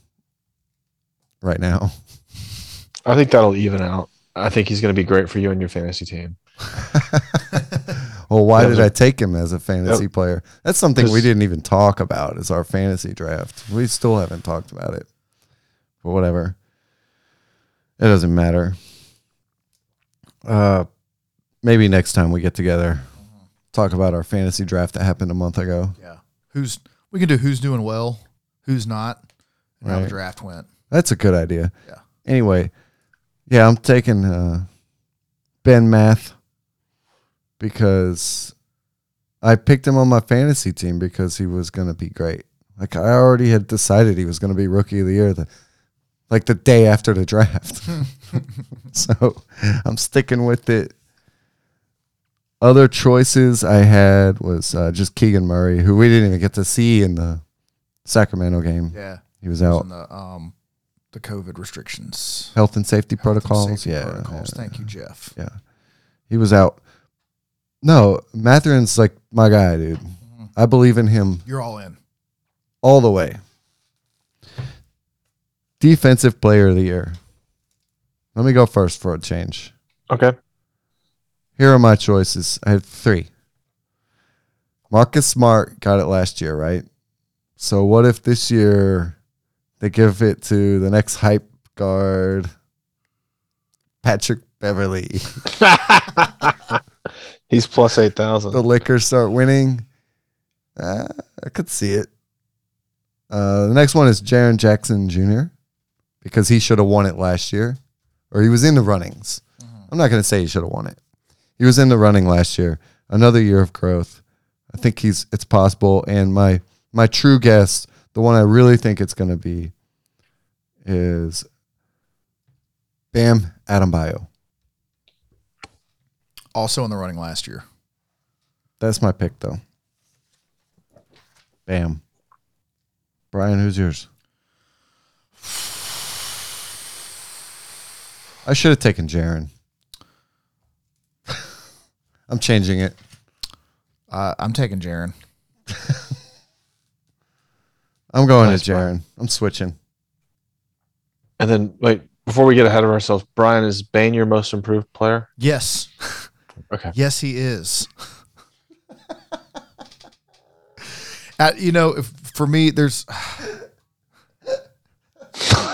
Speaker 1: right now.
Speaker 2: I think that'll even out. I think he's going to be great for you and your fantasy team.
Speaker 1: well, why
Speaker 2: That
Speaker 1: did
Speaker 2: was
Speaker 1: I
Speaker 2: a-
Speaker 1: take him as a fantasy player? That's something we
Speaker 2: Just-
Speaker 1: didn't even talk about is our fantasy draft. We still haven't talked about it. But whatever. It doesn't matter. Uh maybe next time we get together talk about our fantasy draft that happened a month ago.
Speaker 3: Yeah. Who's we can do? Who's doing well? Who's not? And How the
Speaker 1: Right.
Speaker 3: draft went.
Speaker 1: That's a good idea.
Speaker 3: Yeah.
Speaker 1: Anyway, yeah, I'm taking uh, Ben Math because I picked him on my fantasy team because he was going to be great. Like I already had decided he was going to be rookie of the year the like the day after the draft. so, I'm sticking with it. Other choices I had was uh, just Keegan Murray, who we didn't even get to see in the Sacramento game.
Speaker 3: Yeah.
Speaker 1: He was
Speaker 3: It was
Speaker 1: out
Speaker 3: in the um the COVID restrictions.
Speaker 1: health and safety
Speaker 3: Health and
Speaker 1: protocols.
Speaker 3: safety
Speaker 1: yeah,
Speaker 3: Protocols. Thank you, Jeff.
Speaker 1: he was out. No, Matherin's like my guy, dude.
Speaker 3: Mm-hmm.
Speaker 1: I believe in him
Speaker 3: You're all in.
Speaker 1: all the way. Defensive player of the year. Let me go first for a change.
Speaker 2: Okay.
Speaker 1: Here are my choices. I have three. Marcus Smart got it last year, right? So what if this year they give it to the next hype guard, Patrick Beverly?
Speaker 2: he's plus eight
Speaker 1: the
Speaker 2: thousand.
Speaker 1: Lakers start winning. Uh, I could see it. Uh, the next one is Jaron Jackson Jr. because he should have won it last year, or he was in the runnings. I'm not going to say he should have won it. He was in the running last year. Another year of growth. I think he's it's possible. And my my true guess, the one I really think it's going to be, is Bam Adebayo.
Speaker 3: Also in the running last year.
Speaker 1: That's my pick, though. Bam. Brian, who's yours? I should have taken Jaron. I'm changing it.
Speaker 3: Uh, I'm taking Jaron.
Speaker 1: I'm going
Speaker 2: Nice,
Speaker 1: to
Speaker 2: Brian.
Speaker 1: Jaron. I'm switching.
Speaker 2: And then wait, before we get ahead of ourselves, Brian is Bane your most improved player?
Speaker 3: Yes.
Speaker 2: Okay.
Speaker 3: Yes, he is. Uh, you know, if, for me, there's.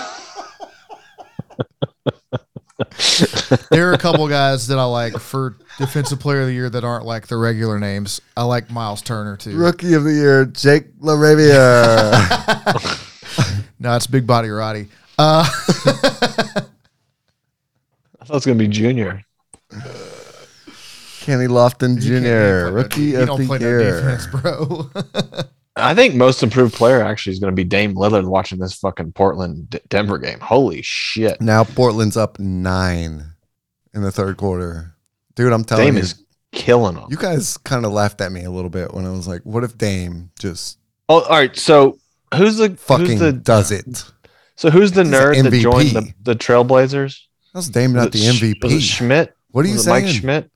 Speaker 3: there are a couple guys that I like for defensive player of the year that aren't like the regular names. I like Miles Turner too.
Speaker 1: Rookie of the year, Jake LaRavia.
Speaker 3: No, it's Big Body Roddy. Uh,
Speaker 2: I thought it was gonna be Junior.
Speaker 1: Kenny Lofton
Speaker 3: he
Speaker 1: Jr.,
Speaker 3: can't even play no-
Speaker 1: rookie
Speaker 3: he
Speaker 1: of
Speaker 3: don't
Speaker 1: the
Speaker 3: play no
Speaker 1: year.
Speaker 3: defense, bro.
Speaker 2: I think most improved player actually is gonna be Dame Lillard watching this fucking Portland D- Denver game. Holy shit.
Speaker 1: Now Portland's up nine in the third quarter. Dude, I'm telling
Speaker 2: Dame
Speaker 1: you.
Speaker 2: is killing them.
Speaker 1: You guys kind of laughed at me a little bit when I was like, "What if Dame just
Speaker 2: oh, all right. So who's the
Speaker 1: fucking
Speaker 2: who's the
Speaker 1: does it?"
Speaker 2: so who's the
Speaker 1: he's the
Speaker 2: nerd that
Speaker 1: MVP.
Speaker 2: joined the, the Trailblazers?
Speaker 1: How's Dame
Speaker 2: Was
Speaker 1: not
Speaker 2: it
Speaker 1: the
Speaker 2: Sch- was it
Speaker 1: MVP?
Speaker 2: Schmidt?
Speaker 1: What are you
Speaker 2: Was it Mike
Speaker 1: saying?
Speaker 2: Schmidt.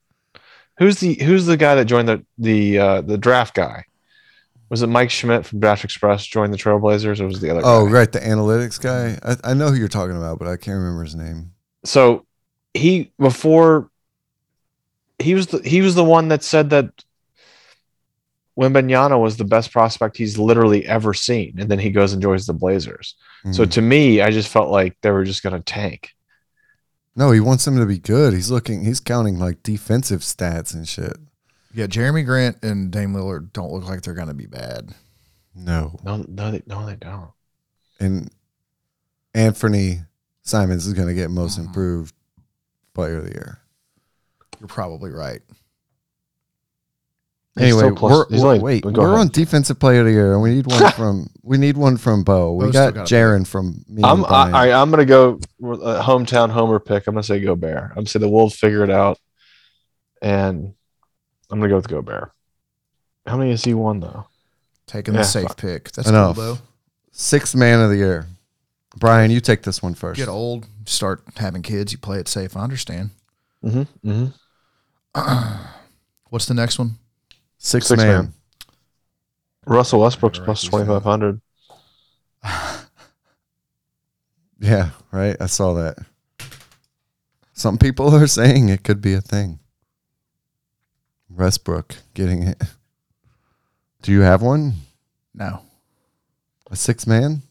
Speaker 2: Who's the Who's the guy that joined the the uh, the draft guy? Was it Mike Schmidt from Draft Express joined the Trailblazers, or was it the other?
Speaker 1: Oh,
Speaker 2: guy?
Speaker 1: right, the analytics guy. I, I know who you're talking about, but I can't remember his name.
Speaker 2: So he before he was the, he was the one that said that Wimbenyana was the best prospect he's literally ever seen, and then he goes and joins the Blazers. So
Speaker 1: Mhm.
Speaker 2: to me, I just felt like they were just going to tank.
Speaker 1: no, he wants him to be good. He's looking. He's counting like defensive stats and shit.
Speaker 3: yeah, Jeremy Grant and Dame Lillard don't look like they're going to be bad.
Speaker 1: No,
Speaker 2: No, no, they, no, they don't.
Speaker 1: and Anthony Simons is going to get most
Speaker 2: Ah.
Speaker 3: Mhm.
Speaker 1: improved player of the year.
Speaker 3: You're probably right.
Speaker 2: He's
Speaker 1: Anyway,
Speaker 2: still plus-
Speaker 1: we're,
Speaker 2: he's
Speaker 1: we're-
Speaker 2: only-
Speaker 1: wait,
Speaker 2: go
Speaker 1: we're
Speaker 2: ahead.
Speaker 1: on defensive player of the year, and we need one from we need one from Bo. We
Speaker 3: Bo's
Speaker 1: got
Speaker 3: still got a
Speaker 1: Jaron from me. and
Speaker 2: I'm I,
Speaker 1: Brian.
Speaker 2: all right, I'm gonna go with a hometown homer pick. I'm gonna say go bear. I'm gonna say the Wolves figure it out, and I'm gonna go with go bear. How many has he won though?
Speaker 3: Taking
Speaker 2: Yeah.
Speaker 3: the safe pick. That's
Speaker 1: Enough.
Speaker 3: cool, though.
Speaker 1: Sixth man of the year. Brian, you take this one first.
Speaker 3: Get old, start having kids, you play it safe. I understand.
Speaker 2: Mm-hmm. mm-hmm.
Speaker 3: What's the next one?
Speaker 1: Sixth,
Speaker 2: Sixth
Speaker 1: man.
Speaker 2: man. Russell Westbrook's
Speaker 3: Right,
Speaker 2: plus
Speaker 3: he's down.
Speaker 2: twenty five hundred.
Speaker 1: Yeah, right. I saw that. Some people are saying it could be a thing. Westbrook getting it. Do you have one?
Speaker 3: No.
Speaker 1: A sixth man?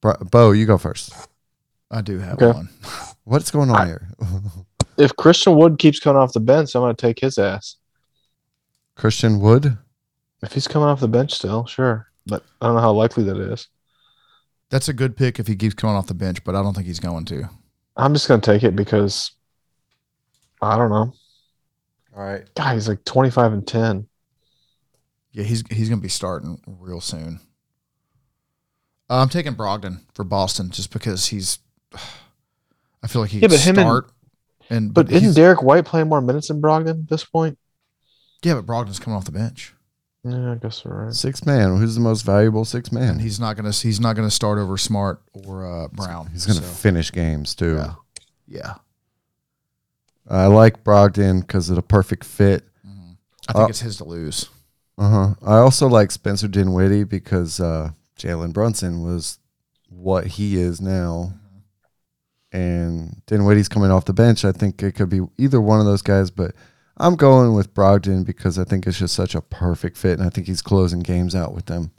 Speaker 1: Bro, Bo, you go first.
Speaker 3: I do have
Speaker 2: Okay.
Speaker 3: one.
Speaker 1: What's going on
Speaker 2: I-
Speaker 1: here?
Speaker 2: If Christian Wood keeps coming off the bench, I'm gonna take his ass.
Speaker 1: Christian Wood?
Speaker 2: If he's coming off the bench still, sure, but I don't know how likely that is.
Speaker 3: That's a good pick if he keeps coming off the bench, but I don't think he's going to.
Speaker 2: I'm just gonna take it because I don't know.
Speaker 1: All right.
Speaker 2: God, he's like twenty five and ten.
Speaker 3: Yeah, he's he's going to be starting real soon. Uh, I'm taking Brogdon for Boston just because he's. I feel like he
Speaker 2: Yeah,
Speaker 3: can
Speaker 2: but him and-
Speaker 3: start. And,
Speaker 2: But isn't
Speaker 3: he's-
Speaker 2: Derek White playing more minutes than Brogdon at this point?
Speaker 3: yeah, but Brogdon's coming off the bench,
Speaker 2: Yeah, I guess you're right.
Speaker 1: Sixth man. Who's the most valuable sixth man?
Speaker 3: and he's not going to he's not going to start over Smart or uh, Brown.
Speaker 1: He's going to
Speaker 3: so,
Speaker 1: finish games, too.
Speaker 3: Yeah. yeah.
Speaker 1: I like Brogdon because of the perfect fit.
Speaker 3: Mhm. I think
Speaker 1: Uh,
Speaker 3: it's his to lose.
Speaker 1: Uh huh. I also like Spencer Dinwiddie because uh, Jalen Brunson was what he is now, and Dinwiddie's coming off the bench. I think it could be either one of those guys, but I'm going with Brogdon because I think it's just such a perfect fit, and I think he's closing games out with them.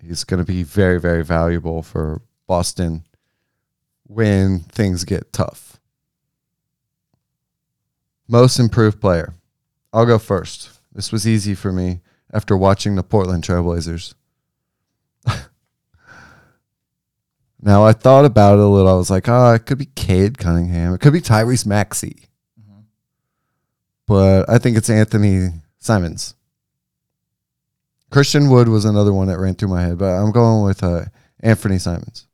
Speaker 1: He's going to be very, very valuable for Boston when things get tough. Most improved player. I'll go first. This was easy for me after watching the Portland Trailblazers. now I thought about it a little. I was like, oh, it could be Cade Cunningham. It could be Tyrese Maxey.
Speaker 3: Mhm.
Speaker 1: But I think it's Anthony Simons. Christian Wood was another one that ran through my head, but I'm going with uh, Anthony Simons.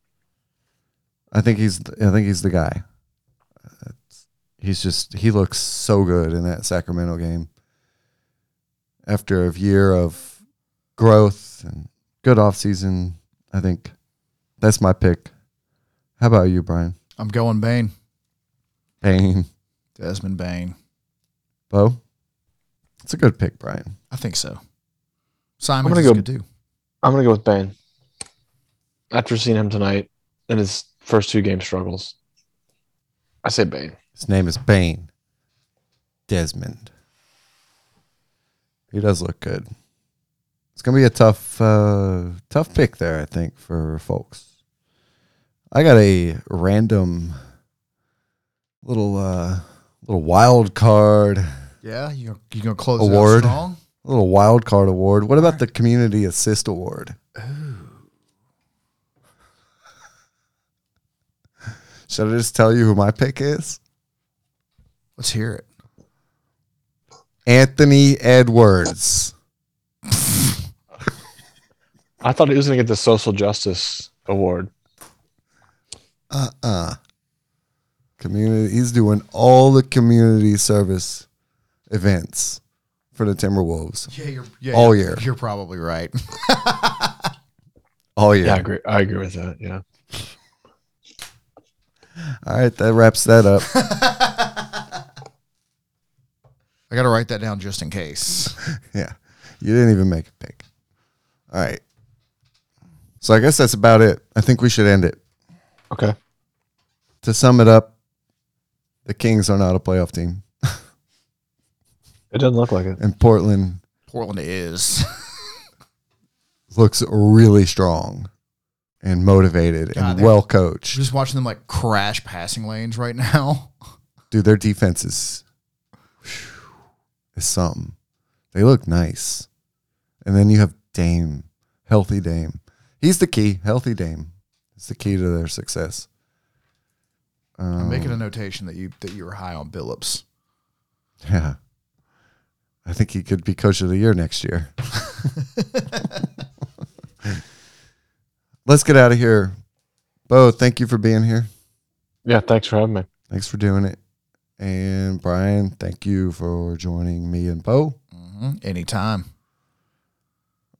Speaker 1: I think he's I think he's the guy. It's- He's just he looks so good in that Sacramento game. After a year of growth and good offseason, I think that's my pick. How about you, Brian?
Speaker 3: I'm going Bane.
Speaker 1: Bane,
Speaker 3: Desmond Bain.
Speaker 1: Bo. It's a good pick, Brian.
Speaker 3: I think so. Simon
Speaker 2: gonna
Speaker 3: is
Speaker 2: go-
Speaker 3: good too.
Speaker 2: I'm gonna go with Bane. After seeing him tonight and his first two game struggles, I say Bane.
Speaker 1: His name is Bane. Desmond. He does look good. It's gonna be a tough, uh, tough pick there, I think, for folks. I got a random little, uh, little wild card,
Speaker 3: Yeah, you you gonna close
Speaker 1: Award.
Speaker 3: it out strong?
Speaker 1: little wild card award. What about the community assist award? Should I just tell you who my pick is?
Speaker 3: Let's hear it.
Speaker 1: Anthony Edwards.
Speaker 2: I thought he was gonna get the social justice award.
Speaker 1: uh-uh community he's doing all the community service events for the timberwolves
Speaker 3: Yeah, you're yeah,
Speaker 1: All
Speaker 3: you're-
Speaker 1: year.
Speaker 3: You're probably right.
Speaker 1: oh yeah,
Speaker 2: Yeah, I agree. I agree with that. Yeah.
Speaker 1: all right that wraps that up
Speaker 3: I gotta write that down just in case.
Speaker 1: yeah you didn't even make a pick all right so i guess that's about it i think we should end it
Speaker 2: Okay.
Speaker 1: to sum it up the kings are not a playoff team
Speaker 2: It doesn't look like it.
Speaker 1: and portland
Speaker 3: Portland is.
Speaker 1: looks really strong and motivated
Speaker 3: God,
Speaker 1: and
Speaker 3: they're-
Speaker 1: well coached
Speaker 3: I'm just watching them like crash passing lanes right now.
Speaker 1: Dude, their defense is, is something. They look nice. And then you have Dame, healthy Dame. He's the key. Healthy Dame is the key to their success.
Speaker 3: I'm
Speaker 1: Um,
Speaker 3: making a notation that you that you were high on Billups.
Speaker 1: yeah. I think he could be coach of the year next year. Let's get out of here. Bo, thank you for being here.
Speaker 2: Yeah. Thanks for having me.
Speaker 1: Thanks for doing it. And Brian, thank you for joining me and Bo.
Speaker 3: hmm Anytime.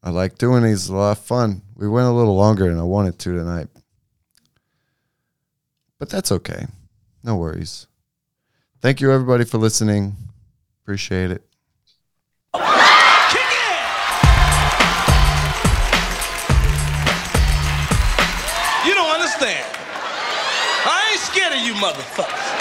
Speaker 1: I like doing these. A lot of fun. We went a little longer than I wanted to tonight, but that's okay. No worries. Thank you, everybody, for listening. Appreciate it.
Speaker 6: You don't understand. I ain't scared of you motherfuckers.